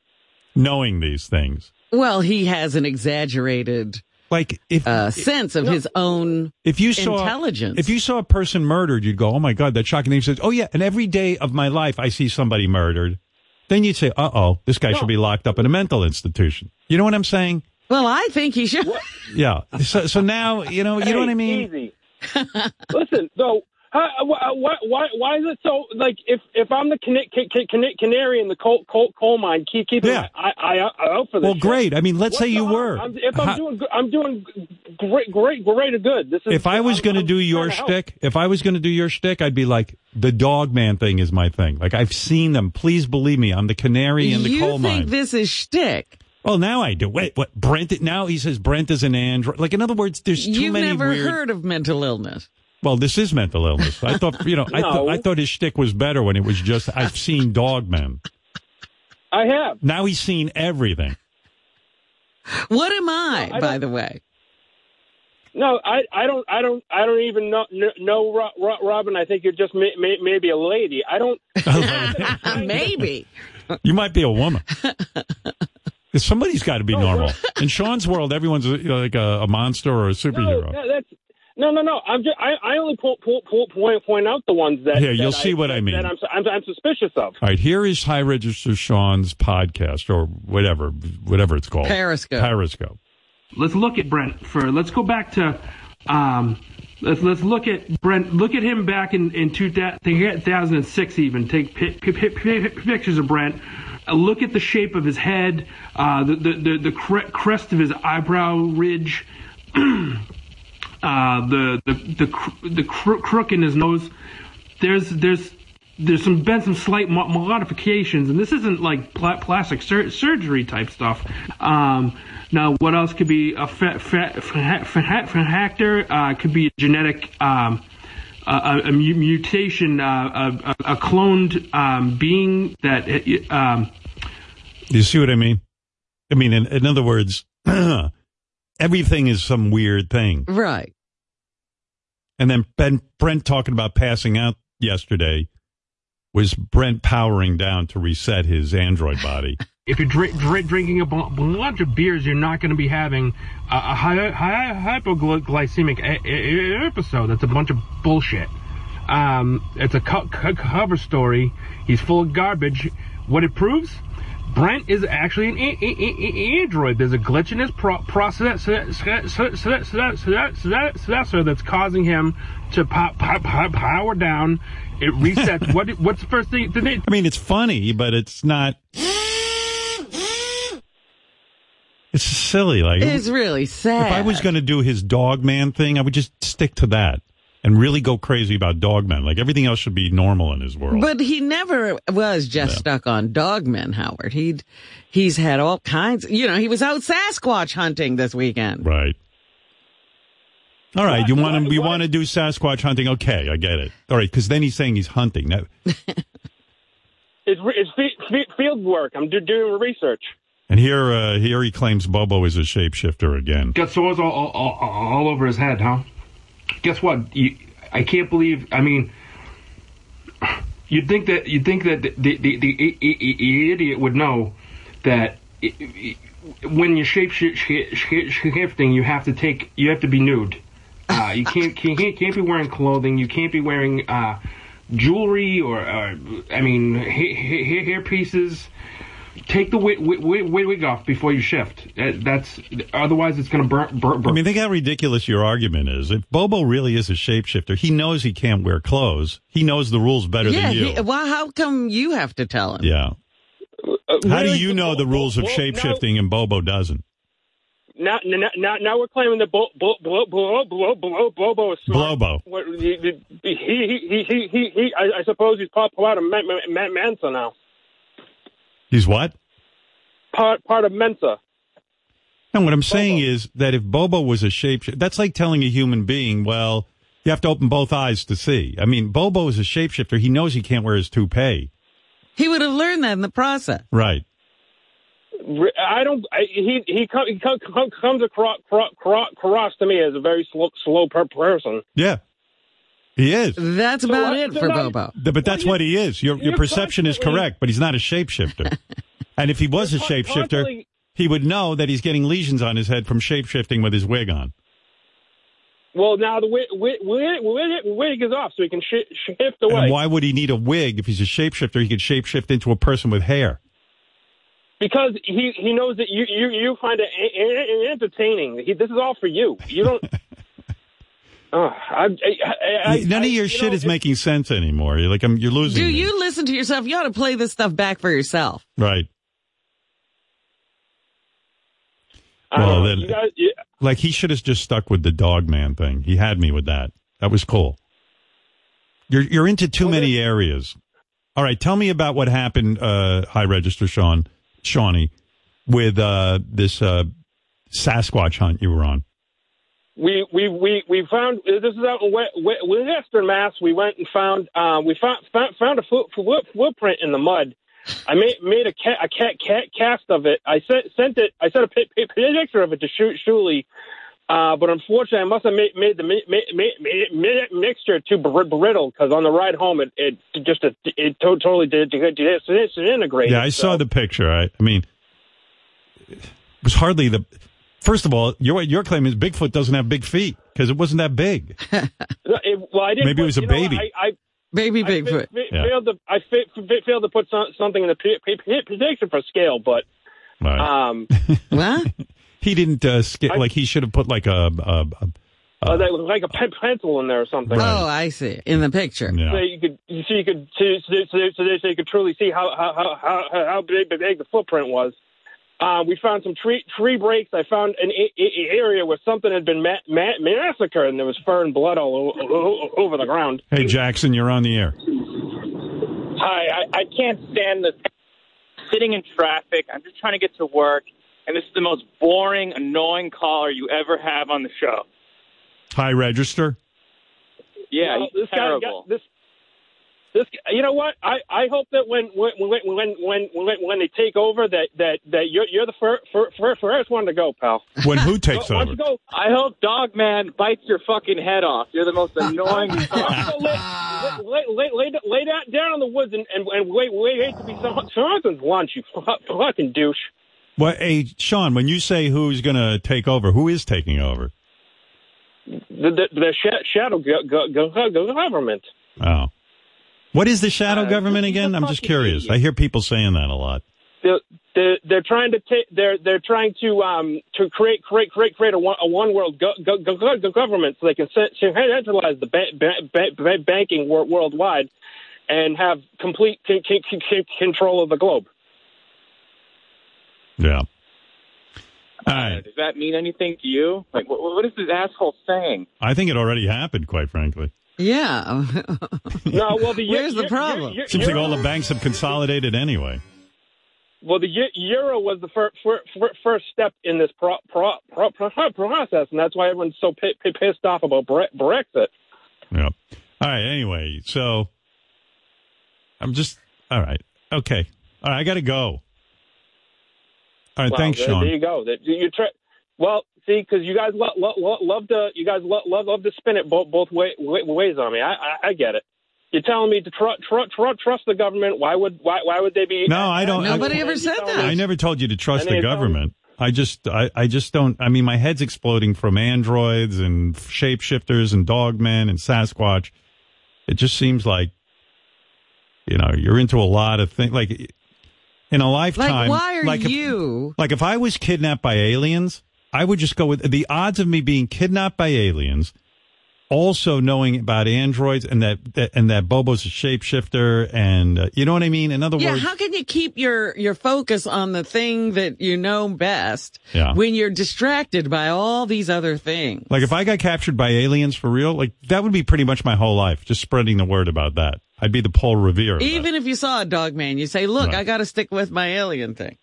[SPEAKER 6] knowing these things?
[SPEAKER 7] Well, he has an exaggerated
[SPEAKER 6] like if
[SPEAKER 7] uh, sense of his own
[SPEAKER 6] if you saw
[SPEAKER 7] intelligence.
[SPEAKER 6] if you saw a person murdered, you'd go, "Oh my god, that's shocking." And he says, "Oh yeah," and every day of my life, I see somebody murdered. Then you'd say, "Uh oh, this guy should be locked up in a mental institution." You know what I'm saying?
[SPEAKER 7] well, I think he should.
[SPEAKER 6] Yeah. So so now you know you know what I mean.
[SPEAKER 12] Easy. Listen, though, how, why, why, why is it so? Like, if if I'm the cana- ca- ca- cana- canary in the coal, coal, coal mine, keep keeping
[SPEAKER 6] Yeah.
[SPEAKER 12] my eye, eye eye out for this.
[SPEAKER 6] Well,
[SPEAKER 12] shit.
[SPEAKER 6] great. I mean, let's
[SPEAKER 12] What's
[SPEAKER 6] say you
[SPEAKER 12] the harm?
[SPEAKER 6] were.
[SPEAKER 12] I'm, if I'm
[SPEAKER 6] How-
[SPEAKER 12] doing, good- I'm doing great, great, greater good. This is
[SPEAKER 6] if I was going to do your
[SPEAKER 12] help.
[SPEAKER 6] shtick, if I was going to do your shtick, I'd be like, the dog man thing is my thing. Like I've seen them. Please believe me, I'm the canary in the
[SPEAKER 7] you
[SPEAKER 6] coal
[SPEAKER 7] think
[SPEAKER 6] mine.
[SPEAKER 7] this is shtick?
[SPEAKER 6] Well, Oh, now I do. Wait, what? Brent? Now he says Brent is an android. Like in other words, there's too
[SPEAKER 7] You've
[SPEAKER 6] many
[SPEAKER 7] never
[SPEAKER 6] weird.
[SPEAKER 7] heard of mental illness.
[SPEAKER 6] well, this is mental illness. I thought you know. I, thought
[SPEAKER 7] No.
[SPEAKER 6] I thought his shtick was better when it was just I've seen dog men.
[SPEAKER 12] I have.
[SPEAKER 6] Now he's seen everything.
[SPEAKER 7] What am I, by the way?
[SPEAKER 12] No, I, I don't, I don't, I don't even know, kn- know Ro- Ro- Robin. I think you're just may, may, maybe a lady. I don't.
[SPEAKER 7] maybe.
[SPEAKER 6] You might be a woman. Somebody's got to be normal. In Sean's world, everyone's you know, like a, a monster or a superhero.
[SPEAKER 12] No, that's no, no, no. I'm just, I, I only point, point, point, point, point out the ones that.
[SPEAKER 6] Here, you'll
[SPEAKER 12] that
[SPEAKER 6] see what I mean.
[SPEAKER 12] That I'm, I'm, I'm suspicious of.
[SPEAKER 6] All right, here is High Register Sean's podcast or whatever, whatever it's called.
[SPEAKER 14] Periscope.
[SPEAKER 6] Periscope.
[SPEAKER 14] Let's look at Brent for. Let's go back to. Um, let's let's look at Brent. Look at him back in in 2000, 2006. Even take pi- pi- pi- pi- pictures of Brent. Uh, Look at the shape of his head, uh, the the the, the cre- crest of his eyebrow ridge, uh, the the the cr- the cro- crook in his nose. There's there's there's some been some slight mo- modifications, and this isn't like pla- plastic sur- surgery type stuff. Um, now, what else could be a fa- fa- fa- fa- factor? Uh, could be a genetic. Um, a, a, a mu- mutation, uh, a, a, a cloned um, being that uh, um,
[SPEAKER 6] Do you see what I mean? I mean, in, in other words, everything is some weird thing.
[SPEAKER 7] Right.
[SPEAKER 6] And then ben, Brent talking about passing out yesterday was Brent powering down to reset his android body.
[SPEAKER 14] if you're drink, drink, drinking a bu- bunch of beers, you're not going to be having a, a hy- hy- hypoglycemic e- e- episode. That's a bunch of bullshit. Um, it's a co- co- cover story. He's full of garbage. What it proves? Brent is actually an a- a- a- android. There's a glitch in his pro- processor that's causing him to pop, pop, pop, power down. It resets. what? What's the first thing? The, thing-
[SPEAKER 6] I mean, it's funny, but it's not. It's silly. Like
[SPEAKER 7] It's really sad.
[SPEAKER 6] If I was going to do his dog man thing, I would just stick to that and really go crazy about dog man. Like everything else should be normal in his world.
[SPEAKER 7] But he never was just stuck on dogmen, Howard. He'd he's had all kinds. You know, he was out Sasquatch hunting this weekend.
[SPEAKER 6] Right. All right, you want to you want to do Sasquatch hunting? Okay, I get it. All right, because then he's saying he's hunting. That,
[SPEAKER 12] It's, re- it's fe- fe- field work. I'm do- doing research.
[SPEAKER 6] and here uh, here he claims Bobo is a shapeshifter again.
[SPEAKER 14] Got sores all, all, all, all over his head, huh? Guess what? You, I can't believe. I mean, you'd think that you'd think that the the, the, the, idiot would know that i i when you're shape shi- shi- shi- shifting, you have to take you have to be nude. Uh, you can't can't can't can't be wearing clothing. You can't be wearing uh, jewelry or, or I mean hair, hair, hair pieces take the wig, wig, wig, wig off before you shift. Uh, That's otherwise it's going to burn, burn, burn.
[SPEAKER 6] I mean, think how ridiculous your argument is. If Bobo really is a shapeshifter, he knows he can't wear clothes. He knows the rules better
[SPEAKER 7] yeah.
[SPEAKER 6] than you.
[SPEAKER 7] He, uh, well, how come you have to tell him?
[SPEAKER 6] yeah.
[SPEAKER 7] Uh,
[SPEAKER 6] How do you know the rules of shapeshifting and Bobo doesn't?
[SPEAKER 12] Now, now, now, now we're claiming that Bo- Bo- Bo- Bo- Bo- Bo- Bobo is smart.
[SPEAKER 6] Blobo.
[SPEAKER 12] What, he, he, he, he, he, he, I, I suppose he's part, part of Men- Men- Men- Mensa now.
[SPEAKER 6] He's what?
[SPEAKER 12] Part, part of Mensa.
[SPEAKER 6] And what I'm saying is that if Bobo was a shapeshifter, that's like telling a human being, well, you have to open both eyes to see. I mean, Bobo is a shapeshifter. He knows he can't wear his toupee.
[SPEAKER 7] He would have learned that in the process.
[SPEAKER 6] Right.
[SPEAKER 12] Re- I don't. I, he he, come, he come, come, comes across, across, across to me as a very slow, slow per- person.
[SPEAKER 6] Yeah. He is.
[SPEAKER 7] That's about
[SPEAKER 12] what-
[SPEAKER 7] it
[SPEAKER 12] so
[SPEAKER 7] for
[SPEAKER 12] now-
[SPEAKER 7] Bobo.
[SPEAKER 6] Th- But that's what he is. Your, your
[SPEAKER 12] you're
[SPEAKER 6] perception is
[SPEAKER 12] constantly-
[SPEAKER 6] correct, but he's not a shapeshifter. and if he was a
[SPEAKER 12] Con-
[SPEAKER 6] shapeshifter,
[SPEAKER 12] constantly-
[SPEAKER 6] he would know that he's getting lesions on his head from shapeshifting with his wig on.
[SPEAKER 12] Well, now the wig, wig, wig, wig is off, so he can sh- shift away.
[SPEAKER 6] And why would he need a wig if he's a shapeshifter? He could shapeshift into a person with hair.
[SPEAKER 12] Because he, he knows that you, you, you find it a- a- a- entertaining. He, this is all for you. You don't. Ugh, I, I, I,
[SPEAKER 6] None
[SPEAKER 12] I-
[SPEAKER 6] of your
[SPEAKER 12] you
[SPEAKER 6] shit
[SPEAKER 12] know,
[SPEAKER 6] is making sense anymore. You're like I'm, you're losing.
[SPEAKER 7] Do
[SPEAKER 6] me.
[SPEAKER 7] you listen to yourself? You ought to play this stuff back for yourself.
[SPEAKER 6] Right.
[SPEAKER 12] I don't
[SPEAKER 6] Well,
[SPEAKER 12] know.
[SPEAKER 6] then-
[SPEAKER 12] You guys- you-
[SPEAKER 6] Like he should have just stuck with the dog man thing. He had me with that. That was cool. You're you're into too many areas. All right, tell me about what happened, uh, High Register Sean Shawnee, with uh, this uh, Sasquatch hunt you were on.
[SPEAKER 12] we we we we found this is out in we- we- Western Mass. We went and found uh, we found found, found a foot, foot, footprint in the mud. I made made a cat a cat cat cast of it. I sent sent it. I sent a pi- pi- picture of it to shoot Shuli. Uh, but unfortunately, I must have made, made the mi- mi- mi- mi- mi- mixture too br- brittle because on the ride home, it, it just it, it to- totally did, did, did, disintegrated.
[SPEAKER 6] Yeah, I saw the picture. I, I mean, it was hardly the. First of all, your your claim is Bigfoot doesn't have big feet because it wasn't that big.
[SPEAKER 12] No, Uh, it- well, I didn't
[SPEAKER 6] Maybe it
[SPEAKER 12] put-
[SPEAKER 6] was a
[SPEAKER 12] you know what,
[SPEAKER 6] baby.
[SPEAKER 12] I, I,
[SPEAKER 7] baby
[SPEAKER 6] Bigfoot.
[SPEAKER 12] I fa- fa-
[SPEAKER 6] Yeah.
[SPEAKER 12] failed to, I fa- fa- failed to put some, something in the p- p- p- prediction for scale, but um,
[SPEAKER 7] what?
[SPEAKER 6] He didn't uh, skip. Like he should have put like a. a, a
[SPEAKER 12] uh, that was like a pen- pencil in there or something.
[SPEAKER 7] Oh, I see. In the picture.
[SPEAKER 12] So you could, so you could, so, so, so, so, so you could truly see how how how how, how big, big the footprint was. Uh, we found some tree tree breaks. I found an a- a- area where something had been ma- ma- massacred, and there was fur and blood all o- o- o- over the ground.
[SPEAKER 6] Hey Jackson, you're on the air.
[SPEAKER 15] Hi, I, I can't stand this. Sitting in traffic, I'm just trying to get to work, and this is the most boring, annoying caller you ever have on the show.
[SPEAKER 6] High register.
[SPEAKER 15] Yeah,
[SPEAKER 12] Well,
[SPEAKER 15] he's
[SPEAKER 12] this guy got-
[SPEAKER 15] terrible.
[SPEAKER 12] this, this, you know what? I, I hope that when when when when when when, when they take over, that that that you're you're the first first, first one to go, pal.
[SPEAKER 6] When who takes
[SPEAKER 12] Why don't
[SPEAKER 6] over?
[SPEAKER 12] you go?
[SPEAKER 15] I hope Dog Man bites your fucking head off. You're the most annoying.
[SPEAKER 12] Lay, lay, lay, lay, da- lay down, down in the woods and, and, and wait, wait, wait to be some- someone's lunch, you fu- fucking douche.
[SPEAKER 6] Well, hey Sean, when you say who's going to take over, who is taking over?
[SPEAKER 12] The, the, the sh- shadow go, go, go, go- government.
[SPEAKER 6] Oh, what is the shadow
[SPEAKER 12] Uh,
[SPEAKER 6] government
[SPEAKER 12] he's a
[SPEAKER 6] again? I'm just
[SPEAKER 12] fucking
[SPEAKER 6] curious. I hear people saying that a lot.
[SPEAKER 12] They're, they're, they're trying to take. They're they're trying to um to create create create create a one, a one world go, go, go, go- go- government so they can cen- centralize the ba- ba- ba- ba- banking wor- worldwide and have complete c- c- c- control of the globe.
[SPEAKER 6] Yeah. All right.
[SPEAKER 15] Does that mean anything to you? Like, what, what is this asshole saying?
[SPEAKER 6] I think it already happened, quite frankly.
[SPEAKER 7] Yeah.
[SPEAKER 12] no, well, the,
[SPEAKER 7] Where's the problem?
[SPEAKER 6] Seems like all the banks have consolidated anyway.
[SPEAKER 12] Well, the eu- euro was the fir- fir- fir- first step in this pro- pro- pro- pro- process, and that's why everyone's so pi- pi- pissed off about Bre- Brexit.
[SPEAKER 6] Yep. All right. Anyway, so I'm just all right. Okay. All right. I got to go. All right.
[SPEAKER 12] Wow,
[SPEAKER 6] thanks,
[SPEAKER 12] there,
[SPEAKER 6] Sean.
[SPEAKER 12] There you go. That you try. Well, see, because you guys lo- lo- lo- love to you guys lo- love love to spin it both both way- way- ways on me. I, I I get it. You're telling me to tr- tr- tr- trust the government. Why would why why would they be?
[SPEAKER 6] No, I don't. I, I never told you to trust
[SPEAKER 12] And they
[SPEAKER 6] the
[SPEAKER 12] told-
[SPEAKER 6] government. I just, I, I just don't. I mean, my head's exploding from androids and shapeshifters and dogmen and Sasquatch. It just seems like, you know, you're into a lot of things. Like in a lifetime,
[SPEAKER 7] why are
[SPEAKER 6] if-
[SPEAKER 7] you-
[SPEAKER 6] like if I was kidnapped by aliens, I would just go with the odds of me being kidnapped by aliens. Also knowing about androids and that, that and that Bobo's a shapeshifter and uh, you know what I mean. In other
[SPEAKER 7] Yeah,
[SPEAKER 6] words,
[SPEAKER 7] how can you keep your your focus on the thing that you know best
[SPEAKER 6] Yeah.
[SPEAKER 7] when you're distracted by all these other things?
[SPEAKER 6] Like if I got captured by aliens for real, like that would be pretty much my whole life, just spreading the word about that. I'd be the Paul Revere. of that.
[SPEAKER 7] Even if you saw a dog man, you say, "Look, I got to stick with my alien thing."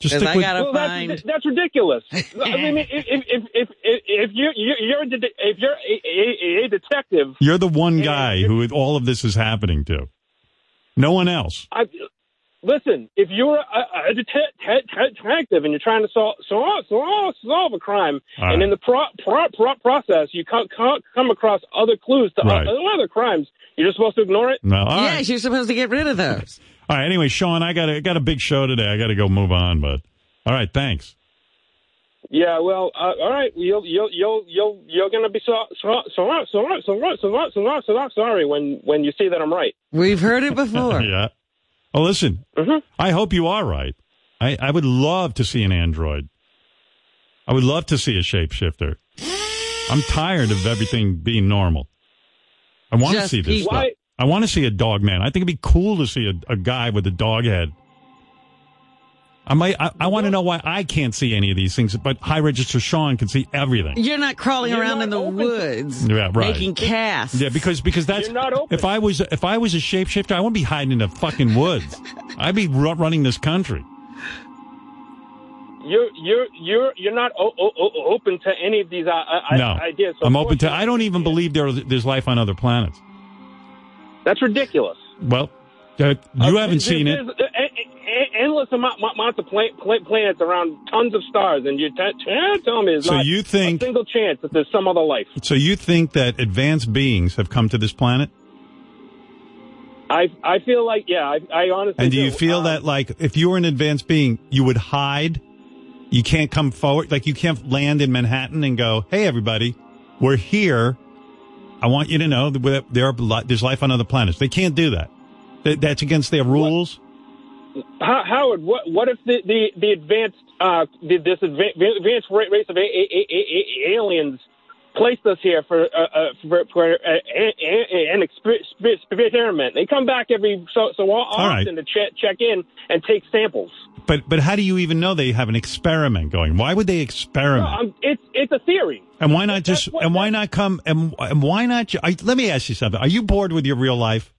[SPEAKER 6] Just
[SPEAKER 7] 'Cause
[SPEAKER 6] stick
[SPEAKER 7] I
[SPEAKER 6] with-
[SPEAKER 7] gotta
[SPEAKER 6] Well,
[SPEAKER 12] that's-
[SPEAKER 7] find.
[SPEAKER 12] that's, ridiculous. I mean, if if if if, if, if you you- you're a det- if you're a, a, a detective,
[SPEAKER 6] You're the one guy who all of this is happening to. No one else.
[SPEAKER 12] I listen. If you're a, a det- det- detective and you're trying to solve solve solve, solve a crime,
[SPEAKER 6] All
[SPEAKER 12] and
[SPEAKER 6] right.
[SPEAKER 12] in the pro, pro, pro process you come, come come across other clues to o-
[SPEAKER 6] Right.
[SPEAKER 12] other crimes, you're just supposed to ignore it.
[SPEAKER 6] No. All right.
[SPEAKER 7] yes, you're supposed to get rid of those.
[SPEAKER 6] All right. Anyway, Sean, I got a, got a big show today. I got to go move on, but All right, thanks.
[SPEAKER 12] Yeah, well, uh, all right. You'll you'll you'll you'll you're gonna be so so so so so so so so so so sorry when when you see that I'm right.
[SPEAKER 7] We've heard it before.
[SPEAKER 6] yeah. Oh, listen. I hope you are right. I, I would love to see an android. I would love to see a shapeshifter. I'm tired of everything being normal. I want to
[SPEAKER 12] Just
[SPEAKER 6] see this
[SPEAKER 12] people.
[SPEAKER 6] stuff.
[SPEAKER 12] Why-
[SPEAKER 6] I want to see a dog man. I think it'd be cool to see a, a guy with a dog head. I might. I, I want to know why I can't see any of these things, but high register Sean can see everything.
[SPEAKER 7] You're not crawling around in the woods
[SPEAKER 6] Yeah, right.
[SPEAKER 7] making casts.
[SPEAKER 6] Yeah, because because that's if I was if I was a shapeshifter, I wouldn't be hiding in the fucking woods. I'd be ru- running this country.
[SPEAKER 12] You're you're you're you're not o- o- o- open to any of these uh, I-
[SPEAKER 6] no,
[SPEAKER 12] ideas. So
[SPEAKER 6] I'm open to. I don't even believe there there's life on other planets.
[SPEAKER 12] That's ridiculous.
[SPEAKER 6] Well, uh, you haven't seen it.
[SPEAKER 12] There's a- a- a- endless amount, mo- amounts of pla- pla- planets around tons of stars, and you're t- t- telling me there's
[SPEAKER 6] So
[SPEAKER 12] not
[SPEAKER 6] you think-
[SPEAKER 12] a single chance that there's some other life.
[SPEAKER 6] So you think that advanced beings have come to this planet?
[SPEAKER 12] I I feel like yeah, I, I honestly
[SPEAKER 6] And do you feel
[SPEAKER 12] Um,
[SPEAKER 6] that like if you were an advanced being, you would hide? You can't come forward, like you can't land in Manhattan and go, "Hey, everybody, we're here. I want you to know that there are li- there's life on other planets." They can't do that. That- That's against their rules.
[SPEAKER 12] Ho- Howard, what what if the the, the advanced uh the, this adva- advanced ra- race of a- a- a- a- a- aliens placed us here for uh, uh for, for uh, an, an exper- spe- experiment? They come back every so so often
[SPEAKER 6] right.
[SPEAKER 12] to check check in and take samples.
[SPEAKER 6] But but how do you even know they have an experiment going? Why would they experiment?
[SPEAKER 12] Um, it's it's a theory.
[SPEAKER 6] And why not just? And why not come? And, and why not? ju- I, let me ask you something. Are you bored with your real life?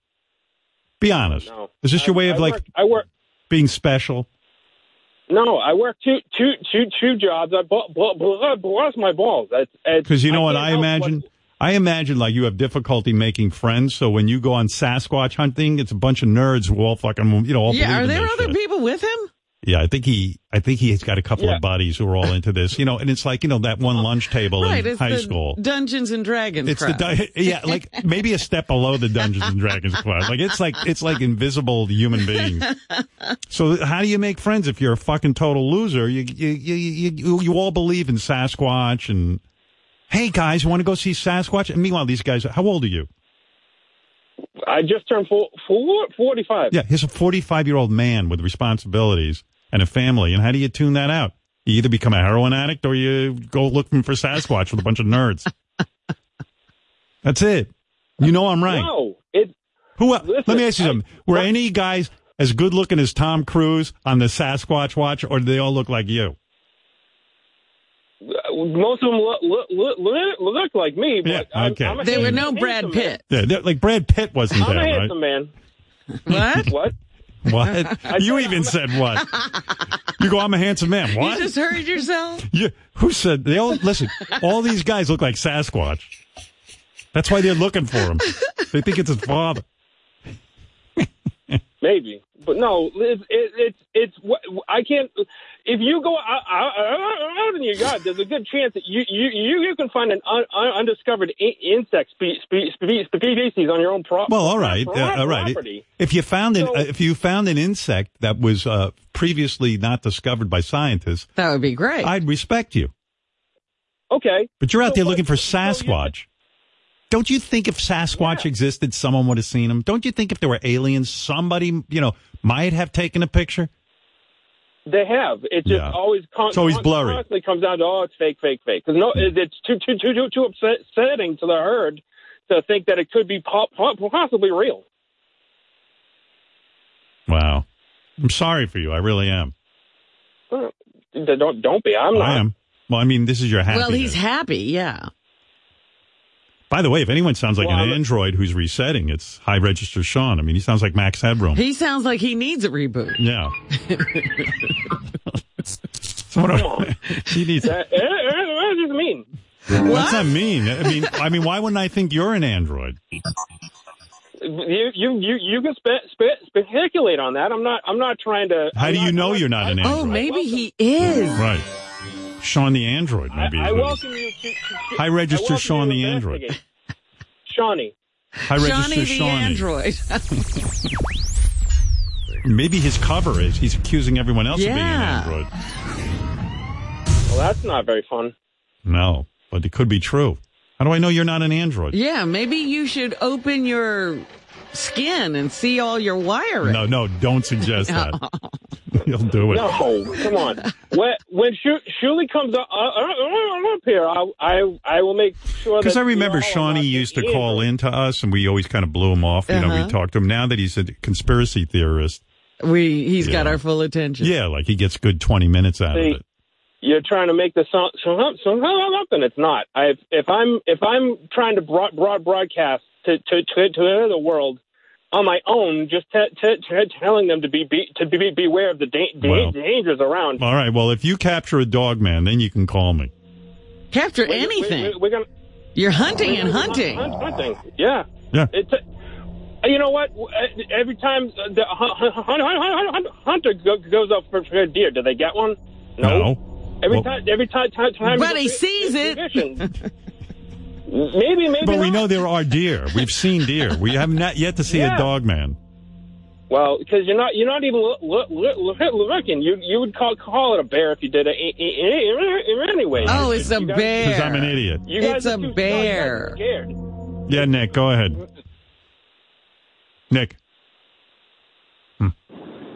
[SPEAKER 6] Be honest.
[SPEAKER 12] No.
[SPEAKER 6] Is this your
[SPEAKER 12] I-
[SPEAKER 6] way of
[SPEAKER 12] I
[SPEAKER 6] like
[SPEAKER 12] work- I work.
[SPEAKER 6] being special?
[SPEAKER 12] No, I work two two two two jobs. I bo- bo- bo- bless my balls. It's- it's-
[SPEAKER 6] Because you know what
[SPEAKER 12] can't
[SPEAKER 6] I
[SPEAKER 12] help
[SPEAKER 6] imagine. I imagine like you have difficulty making friends. So when you go on Sasquatch hunting, it's a bunch of nerds who all fucking you know. All
[SPEAKER 7] Yeah,
[SPEAKER 6] believe
[SPEAKER 7] are
[SPEAKER 6] in
[SPEAKER 7] there
[SPEAKER 6] this
[SPEAKER 7] other
[SPEAKER 6] shit.
[SPEAKER 7] people with him?
[SPEAKER 6] Yeah, I think he. I think he's got a couple
[SPEAKER 7] Yeah.
[SPEAKER 6] of buddies who are all into this. You know, and it's like you know that one lunch table
[SPEAKER 7] right,
[SPEAKER 6] in
[SPEAKER 7] it's
[SPEAKER 6] high
[SPEAKER 7] the
[SPEAKER 6] school.
[SPEAKER 7] Dungeons and Dragons.
[SPEAKER 6] It's the
[SPEAKER 7] crowd.
[SPEAKER 6] di- yeah, like maybe a step below the Dungeons and Dragons club. Like it's like it's like invisible human beings. So how do you make friends if you're a fucking total loser? You you you you, you, you all believe in Sasquatch and hey guys, you want to go see Sasquatch? And meanwhile, these guys, how old are you?
[SPEAKER 12] what- I just turned four, four, 45.
[SPEAKER 6] Yeah, he's a 45 year old man with responsibilities and a family. And how do you tune that out? You either become a heroin addict or you go looking for Sasquatch with a bunch of nerds. That's it. You know I'm right.
[SPEAKER 12] No, it.
[SPEAKER 6] Who? el- let me ask you something. Were any guys as good looking as Tom Cruise on the Sasquatch watch, or do they all look like you?
[SPEAKER 12] Most of them look, look, look, look like me. But I'm,
[SPEAKER 6] okay.
[SPEAKER 12] I'm a
[SPEAKER 7] There were
[SPEAKER 12] handsome-
[SPEAKER 7] no Brad
[SPEAKER 12] handsome man.
[SPEAKER 7] Pitt.
[SPEAKER 6] Yeah, they're- like Brad Pitt wasn't
[SPEAKER 12] I'm
[SPEAKER 6] there,
[SPEAKER 12] a
[SPEAKER 6] right?
[SPEAKER 12] handsome man.
[SPEAKER 7] What?
[SPEAKER 12] what?
[SPEAKER 6] What? You even said what? You go, I'm a handsome man. What?
[SPEAKER 7] You just heard yourself?
[SPEAKER 6] Yeah, who said they all listen? All these guys look like Sasquatch. That's why they're looking for him. They think it's his father.
[SPEAKER 12] Maybe, but no, it's it, it's it's what I can't. If you go out, out, out in your yard, there's a good chance that you you you, you can find an un, un, undiscovered in, insect spe, spe, spe, species on your own property.
[SPEAKER 6] Well, all right, uh, all right.
[SPEAKER 12] Property.
[SPEAKER 6] If you found an
[SPEAKER 12] So-
[SPEAKER 6] uh, if you found an insect that was uh, previously not discovered by scientists,
[SPEAKER 7] that would be great.
[SPEAKER 6] I'd respect you.
[SPEAKER 12] Okay,
[SPEAKER 6] But you're out there looking for Sasquatch. Don't you think if Sasquatch existed, someone would have seen him? Don't you think if there were aliens, somebody you know might have taken a picture?
[SPEAKER 12] They have. It just
[SPEAKER 6] Yeah.
[SPEAKER 12] always con-
[SPEAKER 6] It's always
[SPEAKER 12] con-
[SPEAKER 6] blurry. Hmm.
[SPEAKER 12] Constantly comes down to oh, it's fake, fake, fake. 'Cause no, it- it's too too too too too upsetting to the herd to think that it could be po- po- possibly real.
[SPEAKER 6] Wow, I'm sorry for you. I really am.
[SPEAKER 12] Uh, Don't don't be. I'm not.
[SPEAKER 6] I am. Well, I mean, this is your happiness.
[SPEAKER 7] Well, he's happy, yeah.
[SPEAKER 6] By the way, if anyone sounds like
[SPEAKER 7] Well,
[SPEAKER 6] an
[SPEAKER 7] I'm-
[SPEAKER 6] android who's resetting, it's high register Sean. I mean, he sounds like Max Headroom.
[SPEAKER 7] He sounds like he needs a reboot.
[SPEAKER 6] yeah. Someone, she needs.
[SPEAKER 12] That, eh, eh, what does this mean?
[SPEAKER 6] What's that mean? I mean, I mean, why wouldn't I think you're an android?
[SPEAKER 12] You you you you can spe- spe- speculate on that. I'm not. I'm not trying to.
[SPEAKER 6] How do you know you're not an android?
[SPEAKER 7] Oh, maybe he is.
[SPEAKER 6] Right. Sean the android, maybe.
[SPEAKER 12] I
[SPEAKER 6] is what
[SPEAKER 12] welcome you to. to- to-
[SPEAKER 6] High register
[SPEAKER 12] I welcome
[SPEAKER 6] Sean
[SPEAKER 12] you to
[SPEAKER 6] the android.
[SPEAKER 12] investigate. Shawnee.
[SPEAKER 6] High register
[SPEAKER 7] Johnny the
[SPEAKER 6] Shawnee.
[SPEAKER 7] Android.
[SPEAKER 6] Maybe his cover is. He's accusing everyone else of being an
[SPEAKER 12] Yeah.
[SPEAKER 6] android.
[SPEAKER 12] Well, that's not very fun.
[SPEAKER 6] No, but it could be true. How do I know you're not an android?
[SPEAKER 7] Yeah, maybe you should open your skin and see all your wiring.
[SPEAKER 6] No, no, don't suggest that. You'll do it.
[SPEAKER 12] No, Oh, come on. when when Shu- Shuli comes up, uh, uh, uh, up here, I, I I will make sure.
[SPEAKER 6] Because
[SPEAKER 12] that
[SPEAKER 6] I remember
[SPEAKER 12] you all-
[SPEAKER 6] Shawnee used to call in to us, and we always kind of blew him off. You know,
[SPEAKER 7] Uh-huh.
[SPEAKER 6] we talked to him. Now that he's a conspiracy theorist,
[SPEAKER 7] We he's got
[SPEAKER 6] Yeah.
[SPEAKER 7] our full attention.
[SPEAKER 6] yeah, like he gets good twenty minutes out of
[SPEAKER 12] See,
[SPEAKER 6] it.
[SPEAKER 12] you're trying to make this sound somehow up, and it's not. I if I'm if I'm trying to broad, broad broadcast to to to, to the world on my own, just t- t- t- telling them to be, be to be beware of the da- da-
[SPEAKER 6] Well.
[SPEAKER 12] dangers around.
[SPEAKER 6] All right. Well, if you capture a dog man, then you can call me.
[SPEAKER 7] Capture
[SPEAKER 12] We're-
[SPEAKER 7] anything.
[SPEAKER 12] we're- we're gonna-
[SPEAKER 7] You're hunting
[SPEAKER 12] we're
[SPEAKER 7] and
[SPEAKER 12] gonna-
[SPEAKER 7] hunting.
[SPEAKER 12] hunt- hunting. Yeah.
[SPEAKER 6] Yeah.
[SPEAKER 12] It's a- you know what? Every time the hun- hun- hun- hun- hun- hunter go- goes up for for a deer, do they get one? Every
[SPEAKER 6] Well-
[SPEAKER 12] time, every time, time, time
[SPEAKER 7] But he sees it.
[SPEAKER 12] maybe, maybe.
[SPEAKER 6] But we know there are deer. We've seen deer. We have not yet to see
[SPEAKER 12] Yeah.
[SPEAKER 6] a dog man.
[SPEAKER 12] Well, because you're not, you're not even look, look, look, looking. You you would call call it a bear if you did it a- a- a- anyway.
[SPEAKER 7] Oh, it's a
[SPEAKER 12] You guys-
[SPEAKER 7] bear.
[SPEAKER 6] Because I'm an idiot.
[SPEAKER 12] You guys
[SPEAKER 7] It's
[SPEAKER 12] are
[SPEAKER 7] a
[SPEAKER 12] too- no, you guys are
[SPEAKER 7] bear.
[SPEAKER 12] Scared.
[SPEAKER 6] Yeah, Nick, go ahead. Nick.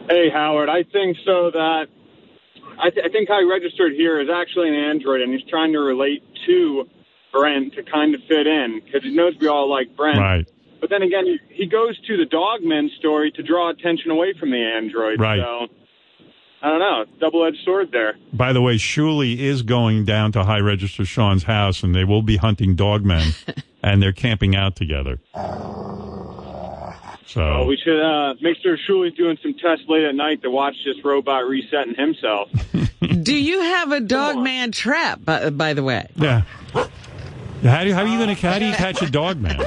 [SPEAKER 16] Hey, Howard, I think so that I, th- I think how he registered here is actually an android, and he's trying to relate to Brent to kind of fit in because he knows we all like Brent.
[SPEAKER 6] Right.
[SPEAKER 16] But then again, he- he goes to the Dogman story to draw attention away from the android.
[SPEAKER 6] Right.
[SPEAKER 16] So I don't know, double-edged sword there.
[SPEAKER 6] By the way, Shuli is going down to High Register Sean's house, and they will be hunting dog men, and they're camping out together.
[SPEAKER 16] Well,
[SPEAKER 6] So
[SPEAKER 16] we should uh, make sure Shuli's doing some tests late at night to watch this robot resetting himself.
[SPEAKER 7] Do you have a dog man trap? By, by the way,
[SPEAKER 6] yeah. How do how are you going to how do you catch a dog man?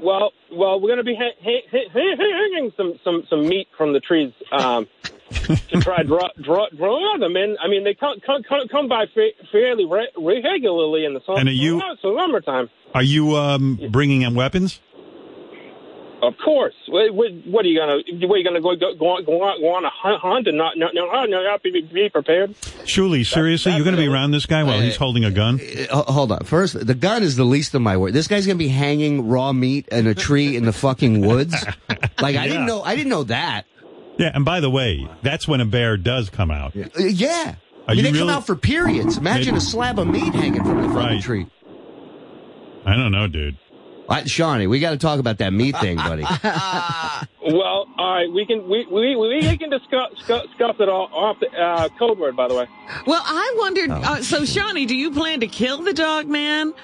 [SPEAKER 12] Well, well, we're gonna be ha- ha- ha- ha- hanging some some some meat from the trees um, to try draw draw draw them in. I mean, they come come come, come by fa- fairly re- regularly in the summer.
[SPEAKER 6] And are you-
[SPEAKER 12] summertime?
[SPEAKER 6] Are you um, bringing in weapons?
[SPEAKER 12] Of course. What, what, what are you gonna? What are you gonna go go go on, go on, go on a hunt, hunt and not not not, not be, be prepared?
[SPEAKER 6] Shuli, seriously, you're going to be around this guy while he's holding a gun?
[SPEAKER 17] Uh, hold on. First, the gun is the least of my worry. This guy's gonna be hanging raw meat in a tree in the fucking woods. Like I
[SPEAKER 6] Yeah.
[SPEAKER 17] didn't know. I didn't know that.
[SPEAKER 6] Yeah, and by the way, that's when a bear does come out. Yeah.
[SPEAKER 17] Uh, yeah. I mean, they come out for periods. Imagine a slab of meat hanging from the fucking tree.
[SPEAKER 6] I don't know, dude.
[SPEAKER 17] Shawnee, we got to talk about that meat thing, buddy.
[SPEAKER 12] Well, all right, we can we we, we can discuss discuss discuss it all off the uh, code word. By the way.
[SPEAKER 7] well, I wondered.
[SPEAKER 6] Oh.
[SPEAKER 7] Uh, so, Shawnee, do you plan to kill the dog man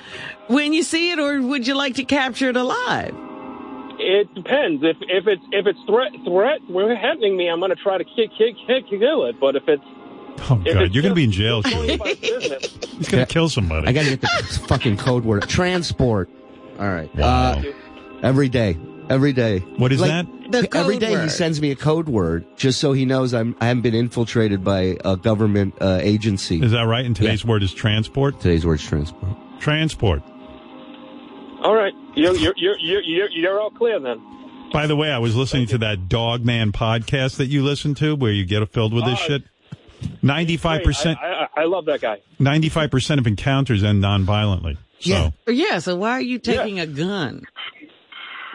[SPEAKER 7] when you see it, or would you like to capture it alive?
[SPEAKER 12] It depends. If if it's if it's threat threat we're threatening me, I'm gonna try to kick kick kick kill it. But if it's
[SPEAKER 6] Oh God, you're going to be in jail. Shuli. He's going to kill somebody.
[SPEAKER 17] I got to get the fucking code word. Transport. All right. Uh, every day. Every day.
[SPEAKER 6] What is
[SPEAKER 7] that? The
[SPEAKER 17] every
[SPEAKER 7] code
[SPEAKER 17] day he
[SPEAKER 7] word.
[SPEAKER 17] sends me a code word just so he knows I'm I haven't been infiltrated by a government uh, agency.
[SPEAKER 6] Is that right? And today's word is transport.
[SPEAKER 17] Today's word is transport.
[SPEAKER 6] Transport.
[SPEAKER 12] all right, you're you're you're you're, you're, you're all clear then.
[SPEAKER 6] By the way, I was listening to that Dog Man podcast that you listen to, where you get filled with this shit. Ninety-five percent,
[SPEAKER 12] I, I, I love that guy.
[SPEAKER 6] ninety-five percent of encounters end non-violently. So
[SPEAKER 7] Yeah. So, why are you taking a gun?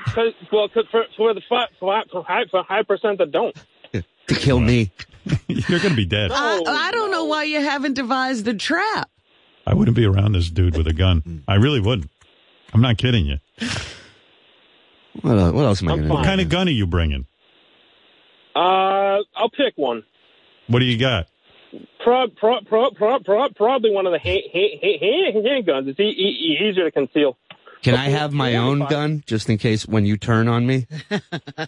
[SPEAKER 12] Cause, well, 'cause for, for the five for, for high for high percent that don't.
[SPEAKER 17] to kill me,
[SPEAKER 6] you're going to be dead.
[SPEAKER 7] I, I don't know why you haven't devised the trap.
[SPEAKER 6] I wouldn't be around this dude with a gun. I really wouldn't. I'm not kidding you.
[SPEAKER 17] What, el- what else am I going to
[SPEAKER 6] What
[SPEAKER 17] do?
[SPEAKER 6] kind of gun are you bringing?
[SPEAKER 12] Uh, I'll pick one.
[SPEAKER 6] What do you got?
[SPEAKER 12] Prob, prob, prob, prob, prob, probably one of the hand, hand, handguns. It's e- e- easier to conceal.
[SPEAKER 17] Can I have my own gun just in case when you turn on me?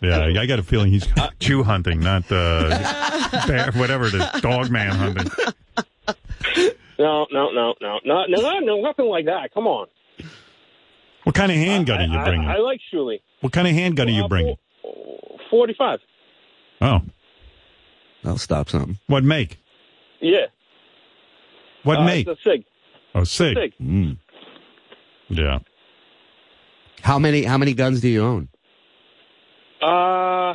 [SPEAKER 6] Yeah, I got a feeling he's chew hunting, not uh, bear, whatever it is, dog man hunting.
[SPEAKER 12] No, no, no, no, no, no, no, no, nothing like that. Come on.
[SPEAKER 6] What kind of handgun are you bringing?
[SPEAKER 12] I, I like Shuli.
[SPEAKER 6] what kind of handgun are you bringing?
[SPEAKER 12] Forty-five.
[SPEAKER 6] Oh,
[SPEAKER 17] I'll stop something.
[SPEAKER 6] what make?
[SPEAKER 12] Yeah.
[SPEAKER 6] What
[SPEAKER 12] uh,
[SPEAKER 6] make?
[SPEAKER 12] It's a Sig.
[SPEAKER 6] Oh, sig.
[SPEAKER 12] Sig.
[SPEAKER 17] Mm.
[SPEAKER 6] Yeah.
[SPEAKER 17] How many how many guns do you own?
[SPEAKER 12] Uh,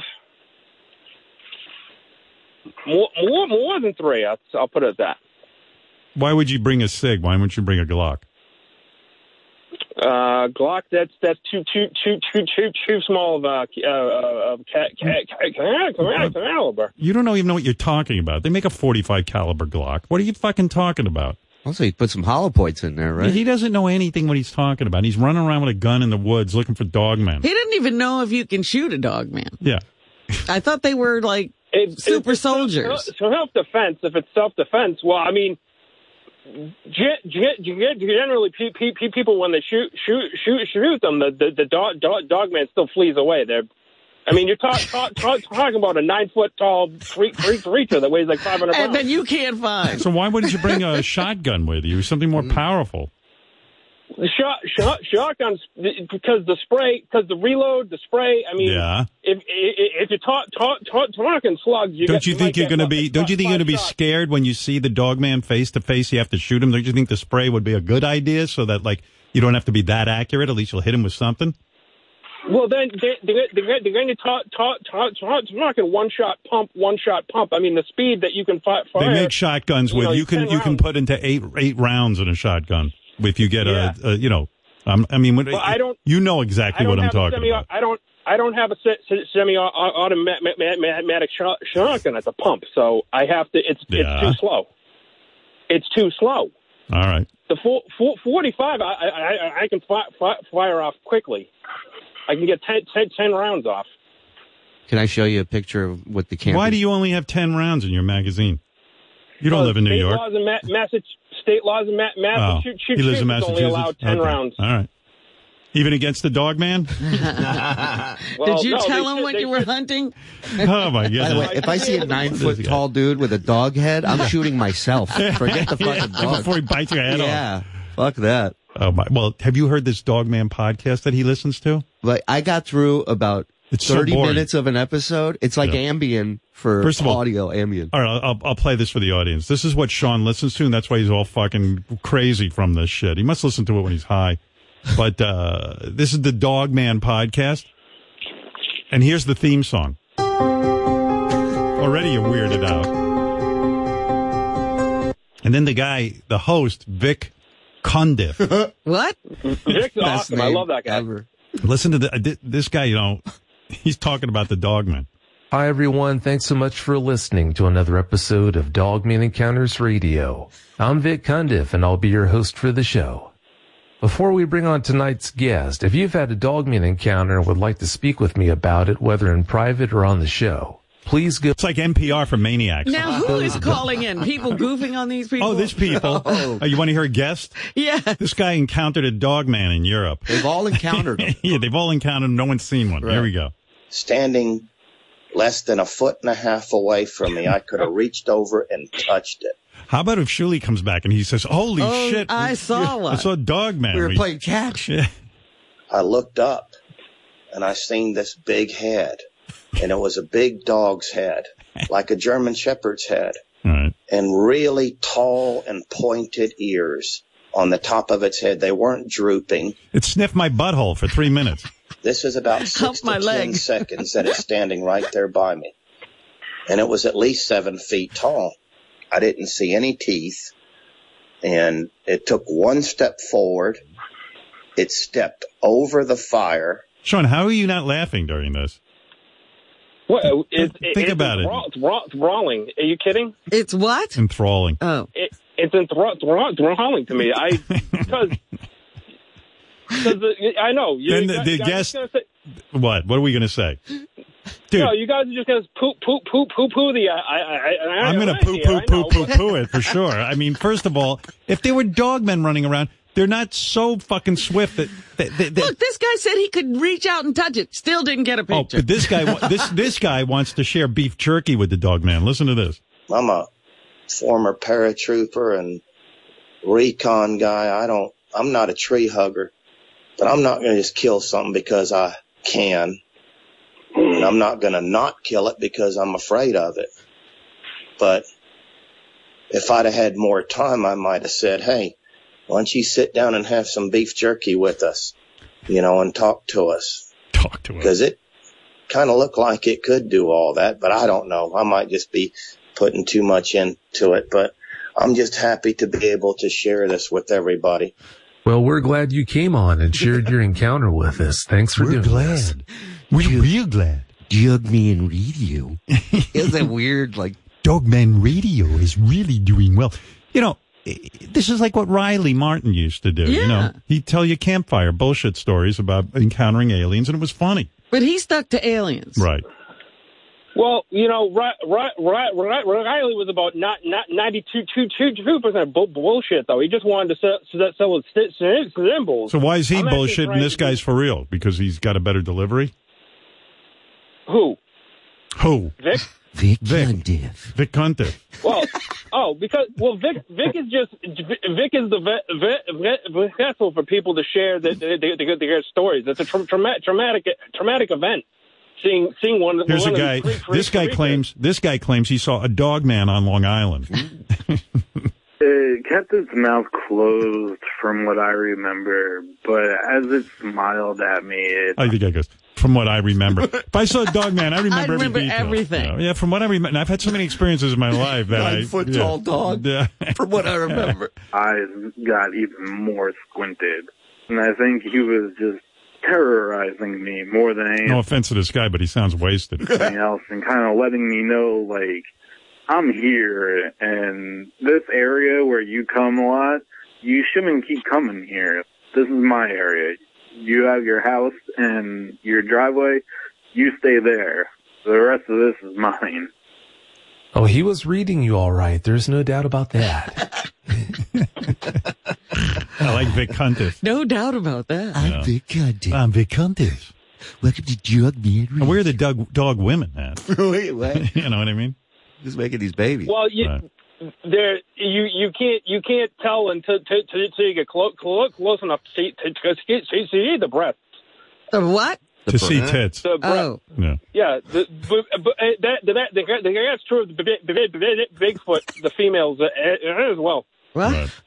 [SPEAKER 15] More, more, more than three. I'll, I'll put it at that.
[SPEAKER 6] Why would you bring a SIG? Why wouldn't you bring a Glock?
[SPEAKER 12] Uh, Glock, that's that's too too too too too too small of a uh, uh, ca- ca- ca- ca-
[SPEAKER 6] Mm-hmm.
[SPEAKER 12] ca- caliber.
[SPEAKER 6] You don't know- even know what you're talking about. They make a 45 caliber Glock. What are you fucking talking about?
[SPEAKER 17] Also, you put some hollow points in there, right?
[SPEAKER 6] He doesn't know anything what he's talking about. He's running around with a gun in the woods looking for dogmen.
[SPEAKER 7] He didn't even know if you can shoot a dog, man.
[SPEAKER 6] Yeah.
[SPEAKER 7] I thought they were like super soldiers.
[SPEAKER 12] So self defense. If it's self defense, well, I mean, ge- ge- ge- generally pe- pe- pe- people when they shoot shoot shoot shoot them, the the, the dog, dog dog man still flees away. They're I mean, you're talk, talk, talk, talking about a nine foot tall freak, freak creature that weighs like 500 pounds.
[SPEAKER 7] And then you can't find.
[SPEAKER 6] So why wouldn't you bring a shotgun with you? Something more powerful.
[SPEAKER 12] The shot, shot, shotguns because the spray, because the reload, the spray. I mean,
[SPEAKER 6] Yeah.
[SPEAKER 12] if, if if you talk talk talk talking slugs, you
[SPEAKER 6] don't
[SPEAKER 12] get-
[SPEAKER 6] you think
[SPEAKER 12] might
[SPEAKER 6] you're
[SPEAKER 12] get
[SPEAKER 6] going to be?
[SPEAKER 12] fucking
[SPEAKER 6] Don't you think you're going to be
[SPEAKER 12] shot.
[SPEAKER 6] scared when you see the dogman face to face? You have to shoot him. Don't you think the spray would be a good idea so that like you don't have to be that accurate? At least you'll hit him with something.
[SPEAKER 12] Well, then they, they, they're, they're going to talk talk talk talk talking one shot pump, one shot pump. I mean, the speed that you can fi-
[SPEAKER 6] They
[SPEAKER 12] fire.
[SPEAKER 6] make shotguns
[SPEAKER 12] you
[SPEAKER 6] with
[SPEAKER 12] know,
[SPEAKER 6] you can
[SPEAKER 12] 10
[SPEAKER 6] you can put into eight eight rounds in a shotgun if you get a, a you know um, I mean when,
[SPEAKER 12] Well, I don't-
[SPEAKER 6] you know exactly
[SPEAKER 12] I
[SPEAKER 6] what
[SPEAKER 12] don't
[SPEAKER 6] I'm
[SPEAKER 12] have a
[SPEAKER 6] talking
[SPEAKER 12] semi-
[SPEAKER 6] about.
[SPEAKER 12] I don't. I don't have a se- se- semi-automatic shot- shotgun at the pump, so I have to. It's
[SPEAKER 6] Yeah.
[SPEAKER 12] it's too slow. It's too slow.
[SPEAKER 6] All right.
[SPEAKER 12] The four, four, 45, I, I, I, I can fi- fi- fire off quickly. I can get 10, 10, 10 rounds off.
[SPEAKER 17] Can I show you a picture of what the camera?
[SPEAKER 6] Why do you only have ten rounds in your magazine? You don't
[SPEAKER 12] Uh,
[SPEAKER 6] live in New
[SPEAKER 12] state
[SPEAKER 6] York.
[SPEAKER 12] Laws in Ma- Massachusetts, state laws in Ma-
[SPEAKER 6] Oh,
[SPEAKER 12] Massachusetts,
[SPEAKER 6] he lives in
[SPEAKER 12] Massachusetts
[SPEAKER 6] Massachusetts.
[SPEAKER 12] only allowed 10
[SPEAKER 6] Okay.
[SPEAKER 12] rounds.
[SPEAKER 6] All right. Even against the dog man?
[SPEAKER 12] Well,
[SPEAKER 7] Did you
[SPEAKER 12] no, they
[SPEAKER 7] tell him
[SPEAKER 12] should-
[SPEAKER 7] what
[SPEAKER 12] they
[SPEAKER 7] you were
[SPEAKER 12] should-
[SPEAKER 7] hunting?
[SPEAKER 6] Oh my
[SPEAKER 17] By the way, if I see a nine foot tall dude with a dog head, I'm shooting myself. Forget the
[SPEAKER 6] Yeah,
[SPEAKER 17] fucking dog.
[SPEAKER 6] Before he bites your head
[SPEAKER 17] Yeah.
[SPEAKER 6] off. Fuck that. Oh my. Well, have you heard this Dogman podcast that he listens to?
[SPEAKER 17] Like I got through about
[SPEAKER 6] It's so
[SPEAKER 17] thirty
[SPEAKER 6] boring.
[SPEAKER 17] minutes of an episode. It's like
[SPEAKER 6] Yeah.
[SPEAKER 17] Ambien for
[SPEAKER 6] First of all-
[SPEAKER 17] audio Ambien.
[SPEAKER 6] All right, I'll- I'll, I'll play this for the audience. This is what Sean listens to, and that's why he's all fucking crazy from this shit. He must listen to it when he's high. But uh, this is the Dogman podcast, and here's the theme song. Already you're weirded out. And then the guy, the host, Vic Condiff.
[SPEAKER 7] what?
[SPEAKER 12] Vic's awesome. I love that guy.
[SPEAKER 6] Listen to the, uh, thi- this guy, you know, he's talking about the Dogman.
[SPEAKER 18] Hi everyone, thanks so much for listening to another episode of Dogman Encounters Radio. I'm Vic Cundiff and I'll be your host for the show. Before we bring on tonight's guest, if you've had a Dogman encounter and would like to speak with me about it, whether in private or on the show, please go. It's
[SPEAKER 6] like NPR for maniacs.
[SPEAKER 7] Now who is calling in? People goofing on these people?
[SPEAKER 6] Oh, this people. Oh, you want to hear a guest?
[SPEAKER 7] Yeah.
[SPEAKER 6] This guy encountered a dog man in Europe.
[SPEAKER 17] They've all encountered him.
[SPEAKER 6] yeah, they've all encountered him. No one's seen one. Here we go.
[SPEAKER 19] standing less than a foot and a half away from me, I could have reached over and touched it.
[SPEAKER 6] How about if Shuli comes back and he says, holy
[SPEAKER 19] Oh,
[SPEAKER 6] shit.
[SPEAKER 19] I saw
[SPEAKER 6] I
[SPEAKER 19] one.
[SPEAKER 6] saw a dog man.
[SPEAKER 19] We were playing
[SPEAKER 17] catch.
[SPEAKER 6] Yeah.
[SPEAKER 19] I looked up and I seen this big head and it was a big dog's head, like a German shepherd's head and really tall and pointed ears on the top of its head. They weren't drooping.
[SPEAKER 6] It sniffed my butthole for three minutes.
[SPEAKER 19] This is about six
[SPEAKER 7] my
[SPEAKER 19] to ten
[SPEAKER 7] leg.
[SPEAKER 19] seconds that it's standing right there by me. And it was at least seven feet tall. I didn't see any teeth. And it took one step forward. It stepped over the fire.
[SPEAKER 6] Sean, how are you not laughing during this?
[SPEAKER 12] What, it, it,
[SPEAKER 6] Think
[SPEAKER 12] it's
[SPEAKER 6] about it.
[SPEAKER 12] enthrall- enthrall- Enthralling. Are you kidding?
[SPEAKER 7] It's what?
[SPEAKER 6] Enthralling.
[SPEAKER 7] Oh.
[SPEAKER 12] It, it's enthrall- enthrall- enthralling to me. I because because the- I know. You,
[SPEAKER 6] Then
[SPEAKER 12] you
[SPEAKER 6] the-
[SPEAKER 12] guys-
[SPEAKER 6] the
[SPEAKER 12] you guys are
[SPEAKER 6] guest-
[SPEAKER 12] gonna say-
[SPEAKER 6] What? What are we going to say? Dude.
[SPEAKER 12] No, you guys are just gonna poop, poop, poop, poop, poo the. I, I, I,
[SPEAKER 6] I'm going
[SPEAKER 12] I-
[SPEAKER 6] to poo poo
[SPEAKER 12] I
[SPEAKER 6] poo
[SPEAKER 12] know.
[SPEAKER 6] poo poo it for sure. I mean, first of all, if there were dog men running around, they're not so fucking swift that, that, that, that
[SPEAKER 7] Look, this guy said he could reach out and touch it. Still didn't get a
[SPEAKER 6] Oh,
[SPEAKER 7] picture.
[SPEAKER 6] but this guy, wa- this this guy wants to share beef jerky with the dog man. Listen to this.
[SPEAKER 19] I'm a former paratrooper and recon guy. I don't, I'm not a tree hugger, but I'm not going to just kill something because I can. And I'm not going to not kill it because I'm afraid of it. But if I'd have had more time, I might have said, Hey, why don't you sit down and have some beef jerky with us, you know, and talk to us.
[SPEAKER 6] Talk to us.
[SPEAKER 19] Cause it kind of looked like it could do all that, but I don't know. I might just be putting too much into it, but I'm just happy to be able to share this with everybody.
[SPEAKER 18] Well, we're glad you came on and shared your encounter with us. Thanks for
[SPEAKER 17] We're
[SPEAKER 18] doing
[SPEAKER 17] glad.
[SPEAKER 18] this.
[SPEAKER 17] We're
[SPEAKER 18] real glad.
[SPEAKER 17] Dogman Radio. Is that weird? Like
[SPEAKER 6] Dogman Radio is really doing well. You know, i- this is like what Riley Martin used to do. You know, he'd tell you campfire bullshit stories about encountering aliens, and it was funny.
[SPEAKER 7] But he stuck to aliens.
[SPEAKER 6] Right.
[SPEAKER 12] Well, you know, right, right, right, right, Riley was about not not ninety two two two two percent bull, bullshit though. He just wanted to sell sell, sell his sy- sy- symbols.
[SPEAKER 6] So why is he
[SPEAKER 12] I'm actually
[SPEAKER 6] bullshit
[SPEAKER 12] trying
[SPEAKER 6] and this
[SPEAKER 12] to-
[SPEAKER 6] guy's for real? Because he's got a better delivery.
[SPEAKER 12] Who?
[SPEAKER 6] Who?
[SPEAKER 12] Vic?
[SPEAKER 6] Vic Cundiff. Vic Cundiff.
[SPEAKER 12] Well, oh, because well, Vic Vic is just Vic is the ve- ve- ve- vessel for people to share the, the, the, the, their stories. It's a tra- trauma- traumatic traumatic event. Seeing seeing one.
[SPEAKER 6] Here's a
[SPEAKER 12] one of
[SPEAKER 6] guy.
[SPEAKER 12] these freak- freak-
[SPEAKER 6] This guy
[SPEAKER 12] freak-
[SPEAKER 6] claims. This guy claims he saw a dog man on Long Island.
[SPEAKER 17] Hmm?
[SPEAKER 20] It kept its mouth closed from what I remember, but as it smiled at me, it,
[SPEAKER 6] I think I goes from what I remember. If I saw a dog man, I remember, every
[SPEAKER 20] remember
[SPEAKER 6] detail.
[SPEAKER 20] everything.
[SPEAKER 6] Yeah, yeah, from what I remember, and I've had so many experiences in my life that I yeah.
[SPEAKER 20] Nine-foot-tall dog,
[SPEAKER 6] Yeah.
[SPEAKER 20] from what I remember. eyes got even more squinted. And I think he was just terrorizing me more than anything
[SPEAKER 6] No offense to this guy, but he sounds wasted.
[SPEAKER 20] else and kind of letting me know, like, I'm here and this area where you come a lot, you shouldn't keep coming here. This is my area. You have your house and your driveway. You stay there. The rest of this is mine.
[SPEAKER 18] Oh, he was reading you all right. There's no doubt about that.
[SPEAKER 6] I like Vic Cundiff.
[SPEAKER 7] No doubt about that.
[SPEAKER 6] I'm Vic
[SPEAKER 17] Cundiff.
[SPEAKER 6] I'm Vic Cundiff.
[SPEAKER 17] Welcome to Drug Man
[SPEAKER 6] And where are the dog, dog women at?
[SPEAKER 17] Wait, what?
[SPEAKER 6] you know what I mean?
[SPEAKER 17] Just making these babies.
[SPEAKER 12] Well, you there you you can't you can't tell until till, till, till you get close close, close enough to see to, to see, see, see the breath.
[SPEAKER 7] The what?
[SPEAKER 6] to see tits.
[SPEAKER 7] Oh.
[SPEAKER 12] The breath.
[SPEAKER 6] Yeah.
[SPEAKER 12] Yeah, the, but, but uh, that, that, that, that, that's true of the big, big, big, Bigfoot, the females uh, uh, as well.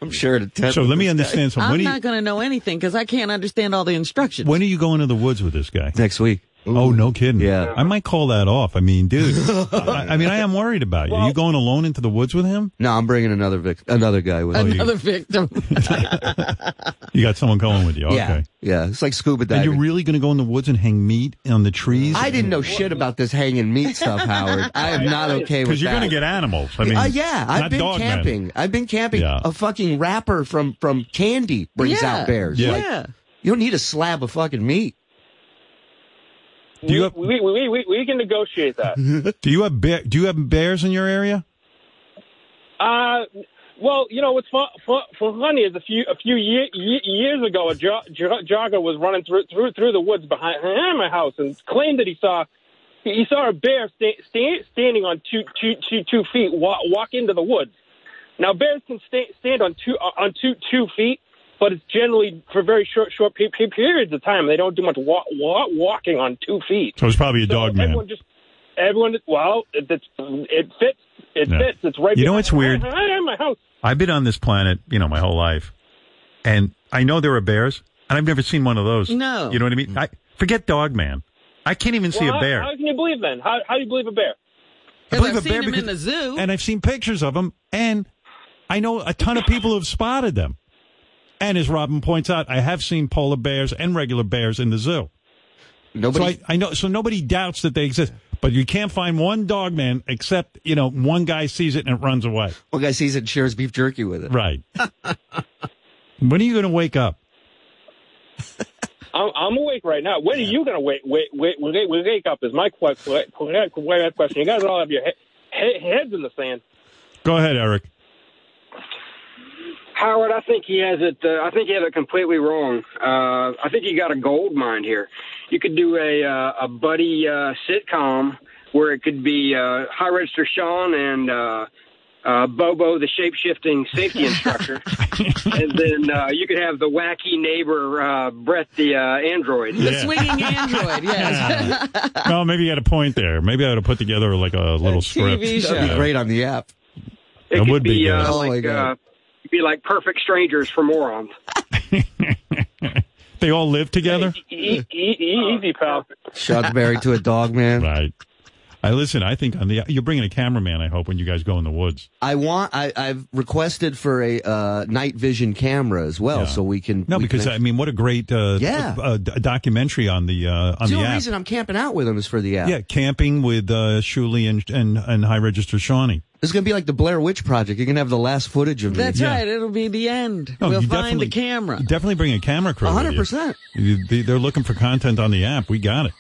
[SPEAKER 17] I'm sure it
[SPEAKER 6] So let me understand something.
[SPEAKER 7] I'm
[SPEAKER 6] When, are
[SPEAKER 7] not
[SPEAKER 6] you,
[SPEAKER 7] going to know anything because I can't understand all the instructions.
[SPEAKER 6] when are you going to the woods with this guy?
[SPEAKER 17] Next week.
[SPEAKER 6] Oh, no kidding. Yeah. I might call that off. I mean, dude, I, I mean, I am worried about you. Are you going alone into the woods with him?
[SPEAKER 17] No, I'm bringing another vic- another guy with me.
[SPEAKER 7] Another victim.
[SPEAKER 6] You got someone going with you. Okay.
[SPEAKER 17] Yeah, yeah. It's like scuba
[SPEAKER 6] And
[SPEAKER 17] diving.
[SPEAKER 6] you're really going to go in the woods and hang meat on the trees?
[SPEAKER 17] I didn't know shit about this hanging meat stuff, Howard. I am not okay with
[SPEAKER 6] Because you're
[SPEAKER 17] that.
[SPEAKER 6] going to get animals. I mean,
[SPEAKER 17] Uh, yeah, I've
[SPEAKER 6] not
[SPEAKER 17] been
[SPEAKER 6] dog men.
[SPEAKER 17] camping. I've been camping.
[SPEAKER 6] Yeah.
[SPEAKER 17] A fucking rapper from from Candy brings
[SPEAKER 6] Yeah.
[SPEAKER 17] out bears.
[SPEAKER 6] Yeah.
[SPEAKER 17] Like,
[SPEAKER 6] Yeah.
[SPEAKER 17] you don't need a slab of fucking meat.
[SPEAKER 6] Do you have
[SPEAKER 12] We, we, we, we can negotiate that.
[SPEAKER 6] do you have bear, do you have bears in your area?
[SPEAKER 12] Uh, well, you know what's fun, fun, funny is a few a few ye- ye- years ago, a jo- jo- jogger was running through through through the woods behind my house and claimed that he saw he saw a bear sta- sta- standing on two two two two feet walk, walk into the woods. Now bears can sta- stand on two uh, on two two feet, but it's generally for very short short pe- pe- periods of time. They don't do much wa- wa- walking on two feet.
[SPEAKER 6] So it's probably a dog man.
[SPEAKER 12] Everyone just everyone. Well, it, it's it fits. It
[SPEAKER 6] Yeah.
[SPEAKER 12] fits. It's right.
[SPEAKER 6] You know what's weird?
[SPEAKER 12] I, my house.
[SPEAKER 6] I've been on this planet, you know, my whole life, and I know there are bears, and I've never seen one of those.
[SPEAKER 12] No.
[SPEAKER 6] you know what I mean. I forget dog man. I can't even see
[SPEAKER 12] Well,
[SPEAKER 6] a bear.
[SPEAKER 12] How, how can you believe then? How, how do you believe a bear?
[SPEAKER 6] I believe a bear because, and I've seen pictures of them, and I know a ton of people who've spotted them. And as Robin points out, I have seen polar bears and regular bears in the zoo.
[SPEAKER 17] Nobody-
[SPEAKER 6] so I, I know, so nobody doubts that they exist. But you can't find one dog man except you know one guy sees it and it runs away.
[SPEAKER 17] One guy sees it and shares beef jerky with it.
[SPEAKER 6] Right. when are you going to wake up?
[SPEAKER 12] I'm, I'm awake right now. When are you going to wake, wake, wake, wake, wake up is my que- que- que- que- question. You guys all have your he- he- heads in the sand.
[SPEAKER 6] Go ahead, Eric.
[SPEAKER 21] Howard, I think he has it. Uh, I think he has it completely wrong. Uh, I think you got a gold mine here. You could do a uh, a buddy uh, sitcom where it could be uh, High Register Sean and uh, uh, Bobo, the shape shifting safety instructor, and then uh, you could have the wacky neighbor uh, Brett, the uh, android,
[SPEAKER 7] The swinging android, yes.
[SPEAKER 6] well, maybe you had a point there. Maybe I would have put together like a little script.
[SPEAKER 7] TV show. That'd be great
[SPEAKER 17] on the app.
[SPEAKER 6] It,
[SPEAKER 21] could
[SPEAKER 6] would be.
[SPEAKER 21] be,
[SPEAKER 6] good.
[SPEAKER 21] uh,
[SPEAKER 12] Oh
[SPEAKER 21] like, uh, be like perfect strangers for morons.
[SPEAKER 6] they all live together.
[SPEAKER 12] E- e- e- easy, pal.
[SPEAKER 17] Shots married to a dog man.
[SPEAKER 6] Right. I listen. I think on the you're bringing a cameraman. I hope when you guys go in the woods.
[SPEAKER 17] I want. I, I've requested for a uh, night vision camera as well, so we can.
[SPEAKER 6] No,
[SPEAKER 17] we
[SPEAKER 6] because
[SPEAKER 17] can
[SPEAKER 6] I mean, what a great uh,
[SPEAKER 17] Yeah.
[SPEAKER 6] uh, d- documentary on the uh, on
[SPEAKER 17] It's the
[SPEAKER 6] the
[SPEAKER 17] only
[SPEAKER 6] app.
[SPEAKER 17] reason I'm camping out with him is for the app.
[SPEAKER 6] yeah, camping with uh, Shuley and and and High Register Shawnee.
[SPEAKER 17] It's going to be like the Blair Witch Project. You're going to have the last footage of me.
[SPEAKER 7] That's right. It'll be the end.
[SPEAKER 6] No,
[SPEAKER 7] we'll
[SPEAKER 6] you
[SPEAKER 7] find the
[SPEAKER 6] definitely-
[SPEAKER 7] camera.
[SPEAKER 6] You definitely bring a camera crew. with you.
[SPEAKER 7] 100%.
[SPEAKER 6] You- they- They're looking for content on the app. We got it.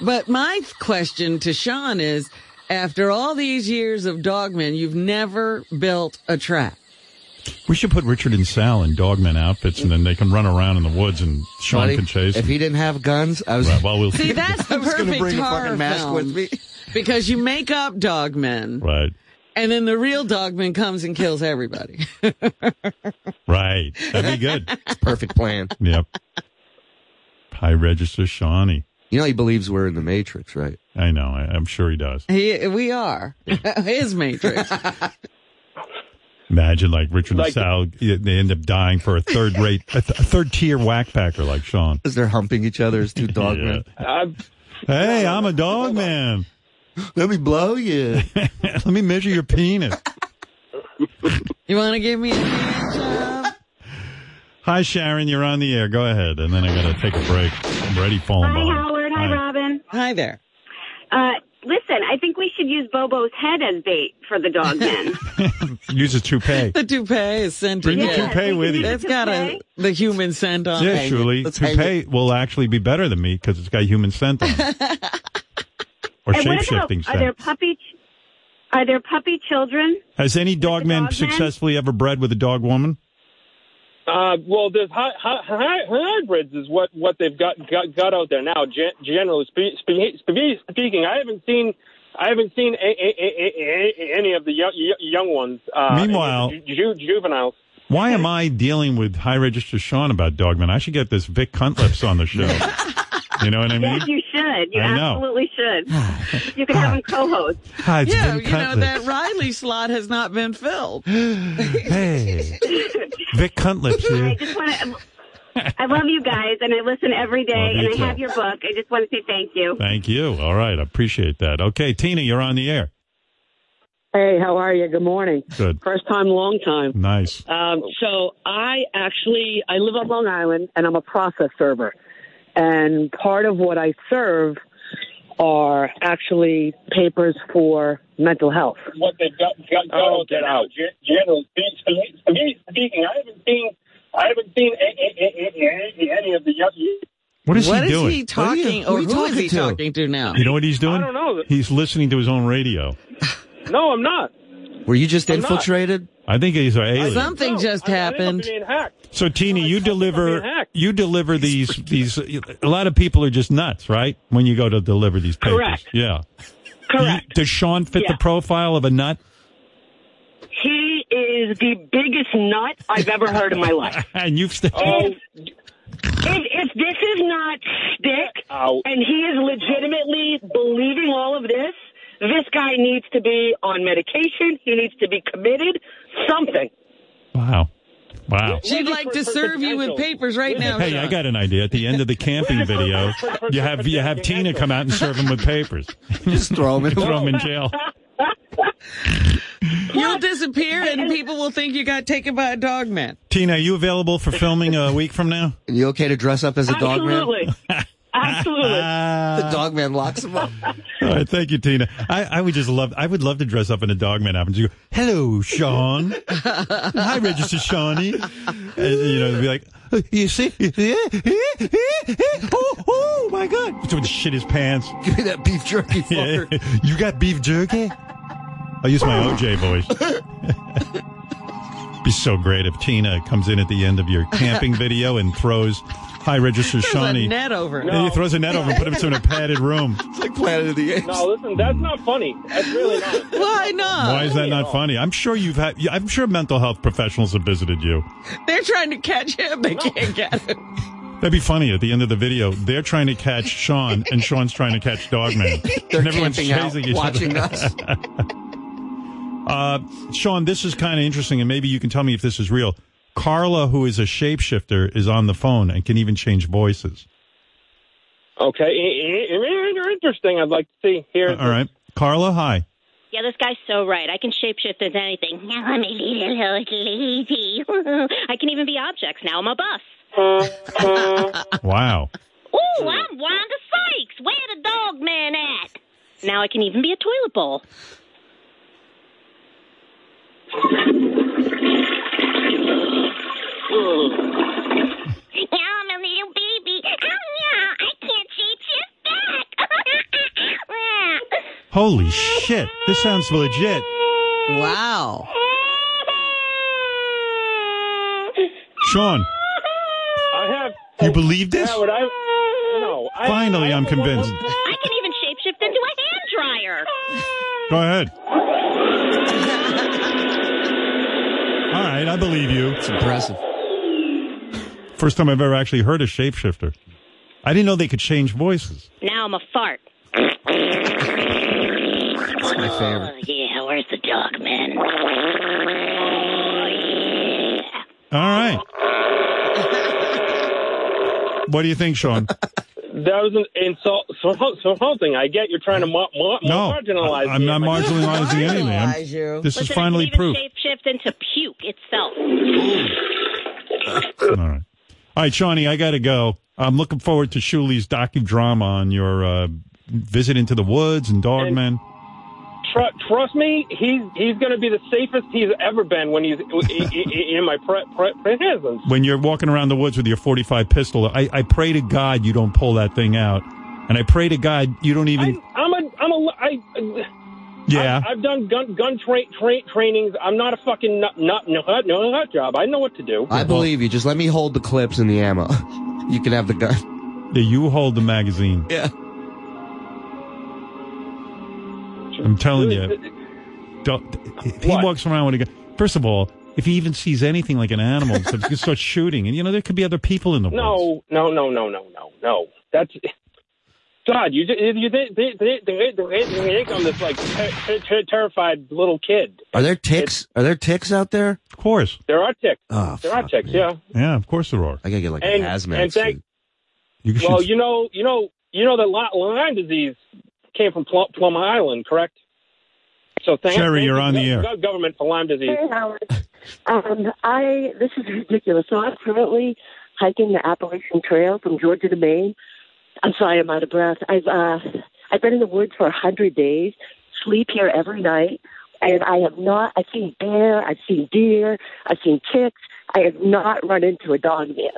[SPEAKER 7] But my th- question to Sean is, after all these years of dogmen, you've never built a trap.
[SPEAKER 6] We should put Richard and Sal in dogman outfits, and then they can run around in the woods, and Sean
[SPEAKER 17] Buddy,
[SPEAKER 6] can chase.
[SPEAKER 17] if
[SPEAKER 6] them.
[SPEAKER 17] he didn't have guns, I was.
[SPEAKER 6] Right, well, we'll
[SPEAKER 7] See, that's the
[SPEAKER 17] I was gonna
[SPEAKER 7] perfect
[SPEAKER 17] bring a
[SPEAKER 7] horror
[SPEAKER 17] fucking mask
[SPEAKER 7] film.
[SPEAKER 17] with me.
[SPEAKER 7] Because you make up dogmen,
[SPEAKER 6] right?
[SPEAKER 7] And then the real dogman comes and kills everybody.
[SPEAKER 6] Right. That'd be good.
[SPEAKER 17] perfect plan.
[SPEAKER 6] Yep. High Register Shawnee.
[SPEAKER 17] You know he believes we're in the Matrix, right?
[SPEAKER 6] I know. I, I'm sure he does.
[SPEAKER 7] he, we are his matrix.
[SPEAKER 6] Imagine like Richard
[SPEAKER 7] Like-
[SPEAKER 6] and Sal, yeah, they end up dying for a third rate, a, th- a third tier whack packer like Sean.
[SPEAKER 17] As they're humping each other as two dogmen.
[SPEAKER 6] Hey, I'm a dog man.
[SPEAKER 17] Let me blow you.
[SPEAKER 6] Let me measure your penis.
[SPEAKER 7] You want to give me? A-
[SPEAKER 6] Hi, Sharon. You're on the air. Go ahead. And then I got to take a break. I'm ready falling
[SPEAKER 22] Hi,
[SPEAKER 6] behind.
[SPEAKER 22] Howard. Hi, Robin.
[SPEAKER 7] Hi there.
[SPEAKER 22] Uh, listen, I think we should use Bobo's head as bait for the dog men.
[SPEAKER 6] Use a toupee.
[SPEAKER 7] the toupee is sent.
[SPEAKER 6] Bring the
[SPEAKER 7] together.
[SPEAKER 6] toupee with you.
[SPEAKER 7] That's got a the human scent on.
[SPEAKER 6] yeah,
[SPEAKER 7] it.
[SPEAKER 6] surely. Toupee will actually be better than me because it's got human scent on it. or
[SPEAKER 22] and
[SPEAKER 6] shape
[SPEAKER 22] what about,
[SPEAKER 6] shifting
[SPEAKER 22] are there
[SPEAKER 6] scent.
[SPEAKER 22] puppy, are there puppy children?
[SPEAKER 6] Has any dog man
[SPEAKER 22] dog man?
[SPEAKER 6] successfully ever bred with a dog woman?
[SPEAKER 12] Uh, well, there's hy- hy- hy- hybrids is what, what they've got, got got out there now. Gen- generally spe- spe- spe- speaking, I haven't seen I haven't seen a- a- a- a- a- any of the young, young ones. Uh,
[SPEAKER 6] Meanwhile-
[SPEAKER 12] ju- ju- juveniles.
[SPEAKER 6] Why am I dealing with high register Sean about dogmen? I should get this Vic Cuntlips on the show. you know what I mean?
[SPEAKER 22] Yes, you should. You
[SPEAKER 6] I know.
[SPEAKER 22] absolutely should. You can have them co-host.
[SPEAKER 6] Hi, it's
[SPEAKER 7] yeah,
[SPEAKER 6] Vin
[SPEAKER 7] you know
[SPEAKER 6] Cuntlips.
[SPEAKER 7] that Riley slot has not been filled.
[SPEAKER 6] Hey, Vic Cuntlips
[SPEAKER 22] I
[SPEAKER 6] here.
[SPEAKER 22] just want to. I love you guys, and I listen every day,
[SPEAKER 6] Love you
[SPEAKER 22] and I
[SPEAKER 6] too.
[SPEAKER 22] have your book. I just want to say thank you.
[SPEAKER 6] Thank you. All right, I appreciate that. Okay, Tina, you're on the air.
[SPEAKER 23] Hey, how are you? Good morning.
[SPEAKER 6] Good.
[SPEAKER 23] First time, long time.
[SPEAKER 6] Nice.
[SPEAKER 23] Um, so I actually I live on Long Island, and I'm a process server. And part of what I serve are actually papers for mental health.
[SPEAKER 12] What they've got, got, got out there now. Gen- generally spe- spe- speaking, I haven't seen I haven't seen a- a- a- a- any of the young.
[SPEAKER 6] What is
[SPEAKER 7] What
[SPEAKER 6] he doing?
[SPEAKER 7] talking,
[SPEAKER 6] What
[SPEAKER 7] or
[SPEAKER 6] are you
[SPEAKER 7] who is he
[SPEAKER 6] to?
[SPEAKER 7] talking to now?
[SPEAKER 6] You know what he's
[SPEAKER 7] I
[SPEAKER 6] doing?
[SPEAKER 7] don't know.
[SPEAKER 6] He's listening to his own radio.
[SPEAKER 12] No, I'm not.
[SPEAKER 17] Were you just
[SPEAKER 12] I'm not.
[SPEAKER 17] infiltrated?
[SPEAKER 6] I think he's an alien.
[SPEAKER 7] Something just happened.
[SPEAKER 12] Being hacked.
[SPEAKER 6] So, Tina, you deliver you deliver these these. A lot of people are just nuts, right? When you go to deliver these papers,
[SPEAKER 23] Correct.
[SPEAKER 6] yeah. Correct. does Sean fit
[SPEAKER 23] Yeah.
[SPEAKER 6] the profile of a nut?
[SPEAKER 23] He is the biggest nut I've ever heard in my life. Oh.
[SPEAKER 6] and you've st-
[SPEAKER 23] If, if, if this is not stick, and he is legitimately believing all of this, this guy needs to be on medication. He needs to be committed. Something.
[SPEAKER 6] Wow, wow.
[SPEAKER 7] She'd like to serve you with papers right now.
[SPEAKER 6] Hey, I
[SPEAKER 7] Sean.
[SPEAKER 6] got an idea. At the end of the camping video, you have you have Tina come out and serve him with papers.
[SPEAKER 17] Just throw him in
[SPEAKER 6] throw him in jail.
[SPEAKER 7] You'll disappear, and people will think you got taken by a dog man.
[SPEAKER 6] Tina, are you available for filming a week from now?
[SPEAKER 17] You okay to dress up as a dog man?
[SPEAKER 23] Absolutely.
[SPEAKER 17] the dog man locks him up.
[SPEAKER 6] All right, thank you, Tina. I, I would just love I would love to dress up in a dogman outfit. and You go, hello, Sean. Hi, Register Shawnee. And, you know, be like, "Uh, you see, you see? Eh, eh, eh, eh. oh, oh my God! Someone shit his pants.
[SPEAKER 17] Give me that beef jerky, fucker.
[SPEAKER 6] You got beef jerky? I'll use my OJ voice. be so great if Tina comes in at the end of your camping video and throws Hi, Register
[SPEAKER 7] Throws a
[SPEAKER 6] Shawney
[SPEAKER 7] net over.
[SPEAKER 6] And he throws a net over and put him in a padded room.
[SPEAKER 17] It's like Planet of the Apes.
[SPEAKER 12] No, listen, that's not funny. That's really not.
[SPEAKER 7] Why not?
[SPEAKER 6] Why is that not funny? I'm sure you've had. I'm sure mental health professionals have visited you.
[SPEAKER 7] They're trying to catch him. They can't get him.
[SPEAKER 6] That'd be funny at the end of the video. They're trying to catch Sean, and Sean's trying to catch Dogman.
[SPEAKER 17] They're
[SPEAKER 6] and everyone's
[SPEAKER 17] camping out,
[SPEAKER 6] chasing each
[SPEAKER 17] watching
[SPEAKER 6] other.
[SPEAKER 17] us.
[SPEAKER 6] uh, Sean, this is kind of interesting, and maybe you can tell me if this is real. Carla, who is a shapeshifter, is on the phone and can even change voices.
[SPEAKER 12] Okay, i- i- i- interesting. I'd like to see here.
[SPEAKER 6] All right. Carla, hi.
[SPEAKER 4] Yeah, this guy's so right. I can shapeshift into anything. Now I'm a little old lady. I can even be objects. Now I'm a bus.
[SPEAKER 6] Wow.
[SPEAKER 4] Ooh, I'm Wanda Sykes. Where the dog man at? Now I can even be a toilet bowl. Now I'm a little baby. Oh no, I can't shapeshift back.
[SPEAKER 6] Holy shit. This sounds legit.
[SPEAKER 7] Wow.
[SPEAKER 6] Sean,
[SPEAKER 12] I have.
[SPEAKER 6] you believe this?
[SPEAKER 12] Yeah, what I, no, I,
[SPEAKER 6] Finally, I'm convinced.
[SPEAKER 4] I can even shapeshift into a hand dryer.
[SPEAKER 6] Go ahead. All right, I believe you. It's
[SPEAKER 17] impressive.
[SPEAKER 6] First time I've ever actually heard a shapeshifter. I didn't know they could change voices.
[SPEAKER 4] Now I'm a fart.
[SPEAKER 17] It's my favorite.
[SPEAKER 4] Oh, yeah, where's the dog man? Oh, yeah.
[SPEAKER 6] All right. What do you think, Sean?
[SPEAKER 12] That was an insult. So, so something. I get you're trying to mar- mar-
[SPEAKER 6] No,
[SPEAKER 12] marginalize.
[SPEAKER 6] I'm
[SPEAKER 12] me,
[SPEAKER 6] not
[SPEAKER 12] but-
[SPEAKER 6] marginalizing anything. I'm- This is
[SPEAKER 4] Listen, I
[SPEAKER 6] finally
[SPEAKER 4] can even
[SPEAKER 6] proof.
[SPEAKER 4] shapeshift into puke itself.
[SPEAKER 6] All right. All right, Shawnee, I got to go. I'm looking forward to Shuli's docudrama on your uh, visit into the woods and Dogmen.
[SPEAKER 12] Tr- trust me, he's he's going to be the safest he's ever been when he's i- i- i- in my pre- pre- presence.
[SPEAKER 6] When you're walking around the woods with your 45 pistol, I, I pray to God you don't pull that thing out. And I pray to God you don't even.
[SPEAKER 12] I'm a I'm a I.
[SPEAKER 6] yeah.
[SPEAKER 12] I've done gun gun train train trainings. I'm not a fucking nut nut nut no nut job. I know what to do.
[SPEAKER 17] I believe you. Just let me hold the clips and the ammo. You can have the gun.
[SPEAKER 6] yeah, you hold the magazine.
[SPEAKER 17] Yeah.
[SPEAKER 6] I'm telling you. Don't, if he walks around with a gun. First of all, if he even sees anything like an animal, he's going to start shooting. And, you know, there could be other people in the woods.
[SPEAKER 12] No, no, no, no, no, no, no. That's God. You ju- you think they, they, they, they, they think I'm this like ter- ter- ter- terrified little kid.
[SPEAKER 17] Are there ticks? Are there ticks out there?
[SPEAKER 6] Of course.
[SPEAKER 12] There are ticks.
[SPEAKER 17] Oh,
[SPEAKER 12] there are ticks. Yeah.
[SPEAKER 6] Yeah, of course there are.
[SPEAKER 17] I gotta get like
[SPEAKER 12] and
[SPEAKER 17] a hazmat
[SPEAKER 12] and
[SPEAKER 17] suit.
[SPEAKER 12] thank.
[SPEAKER 6] You should-
[SPEAKER 12] Well, you know, you know, you know that Li- Lyme disease came from Plum, Plum Island, correct? So thank
[SPEAKER 6] Sherry,
[SPEAKER 12] thank
[SPEAKER 6] you're
[SPEAKER 12] the
[SPEAKER 6] on the
[SPEAKER 12] gov-
[SPEAKER 6] air.
[SPEAKER 12] gov- Government for Lyme disease.
[SPEAKER 24] Hey, Howard. Um, I this is ridiculous. So I'm currently hiking the Appalachian Trail from Georgia to Maine. I'm sorry, I'm out of breath. I've uh, I've been in the woods for a hundred days. Sleep here every night, and I have not. I've seen bear. I've seen deer. I've seen ticks. I have not run into a dog man.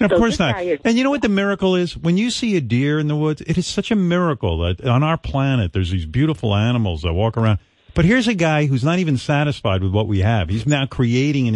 [SPEAKER 6] Of
[SPEAKER 24] So
[SPEAKER 6] course
[SPEAKER 24] this
[SPEAKER 6] not.
[SPEAKER 24] guy is-
[SPEAKER 6] And you know what the miracle is? When you see a deer in the woods, it is such a miracle that on our planet there's these beautiful animals that walk around. But here's a guy who's not even satisfied with what we have. He's now creating an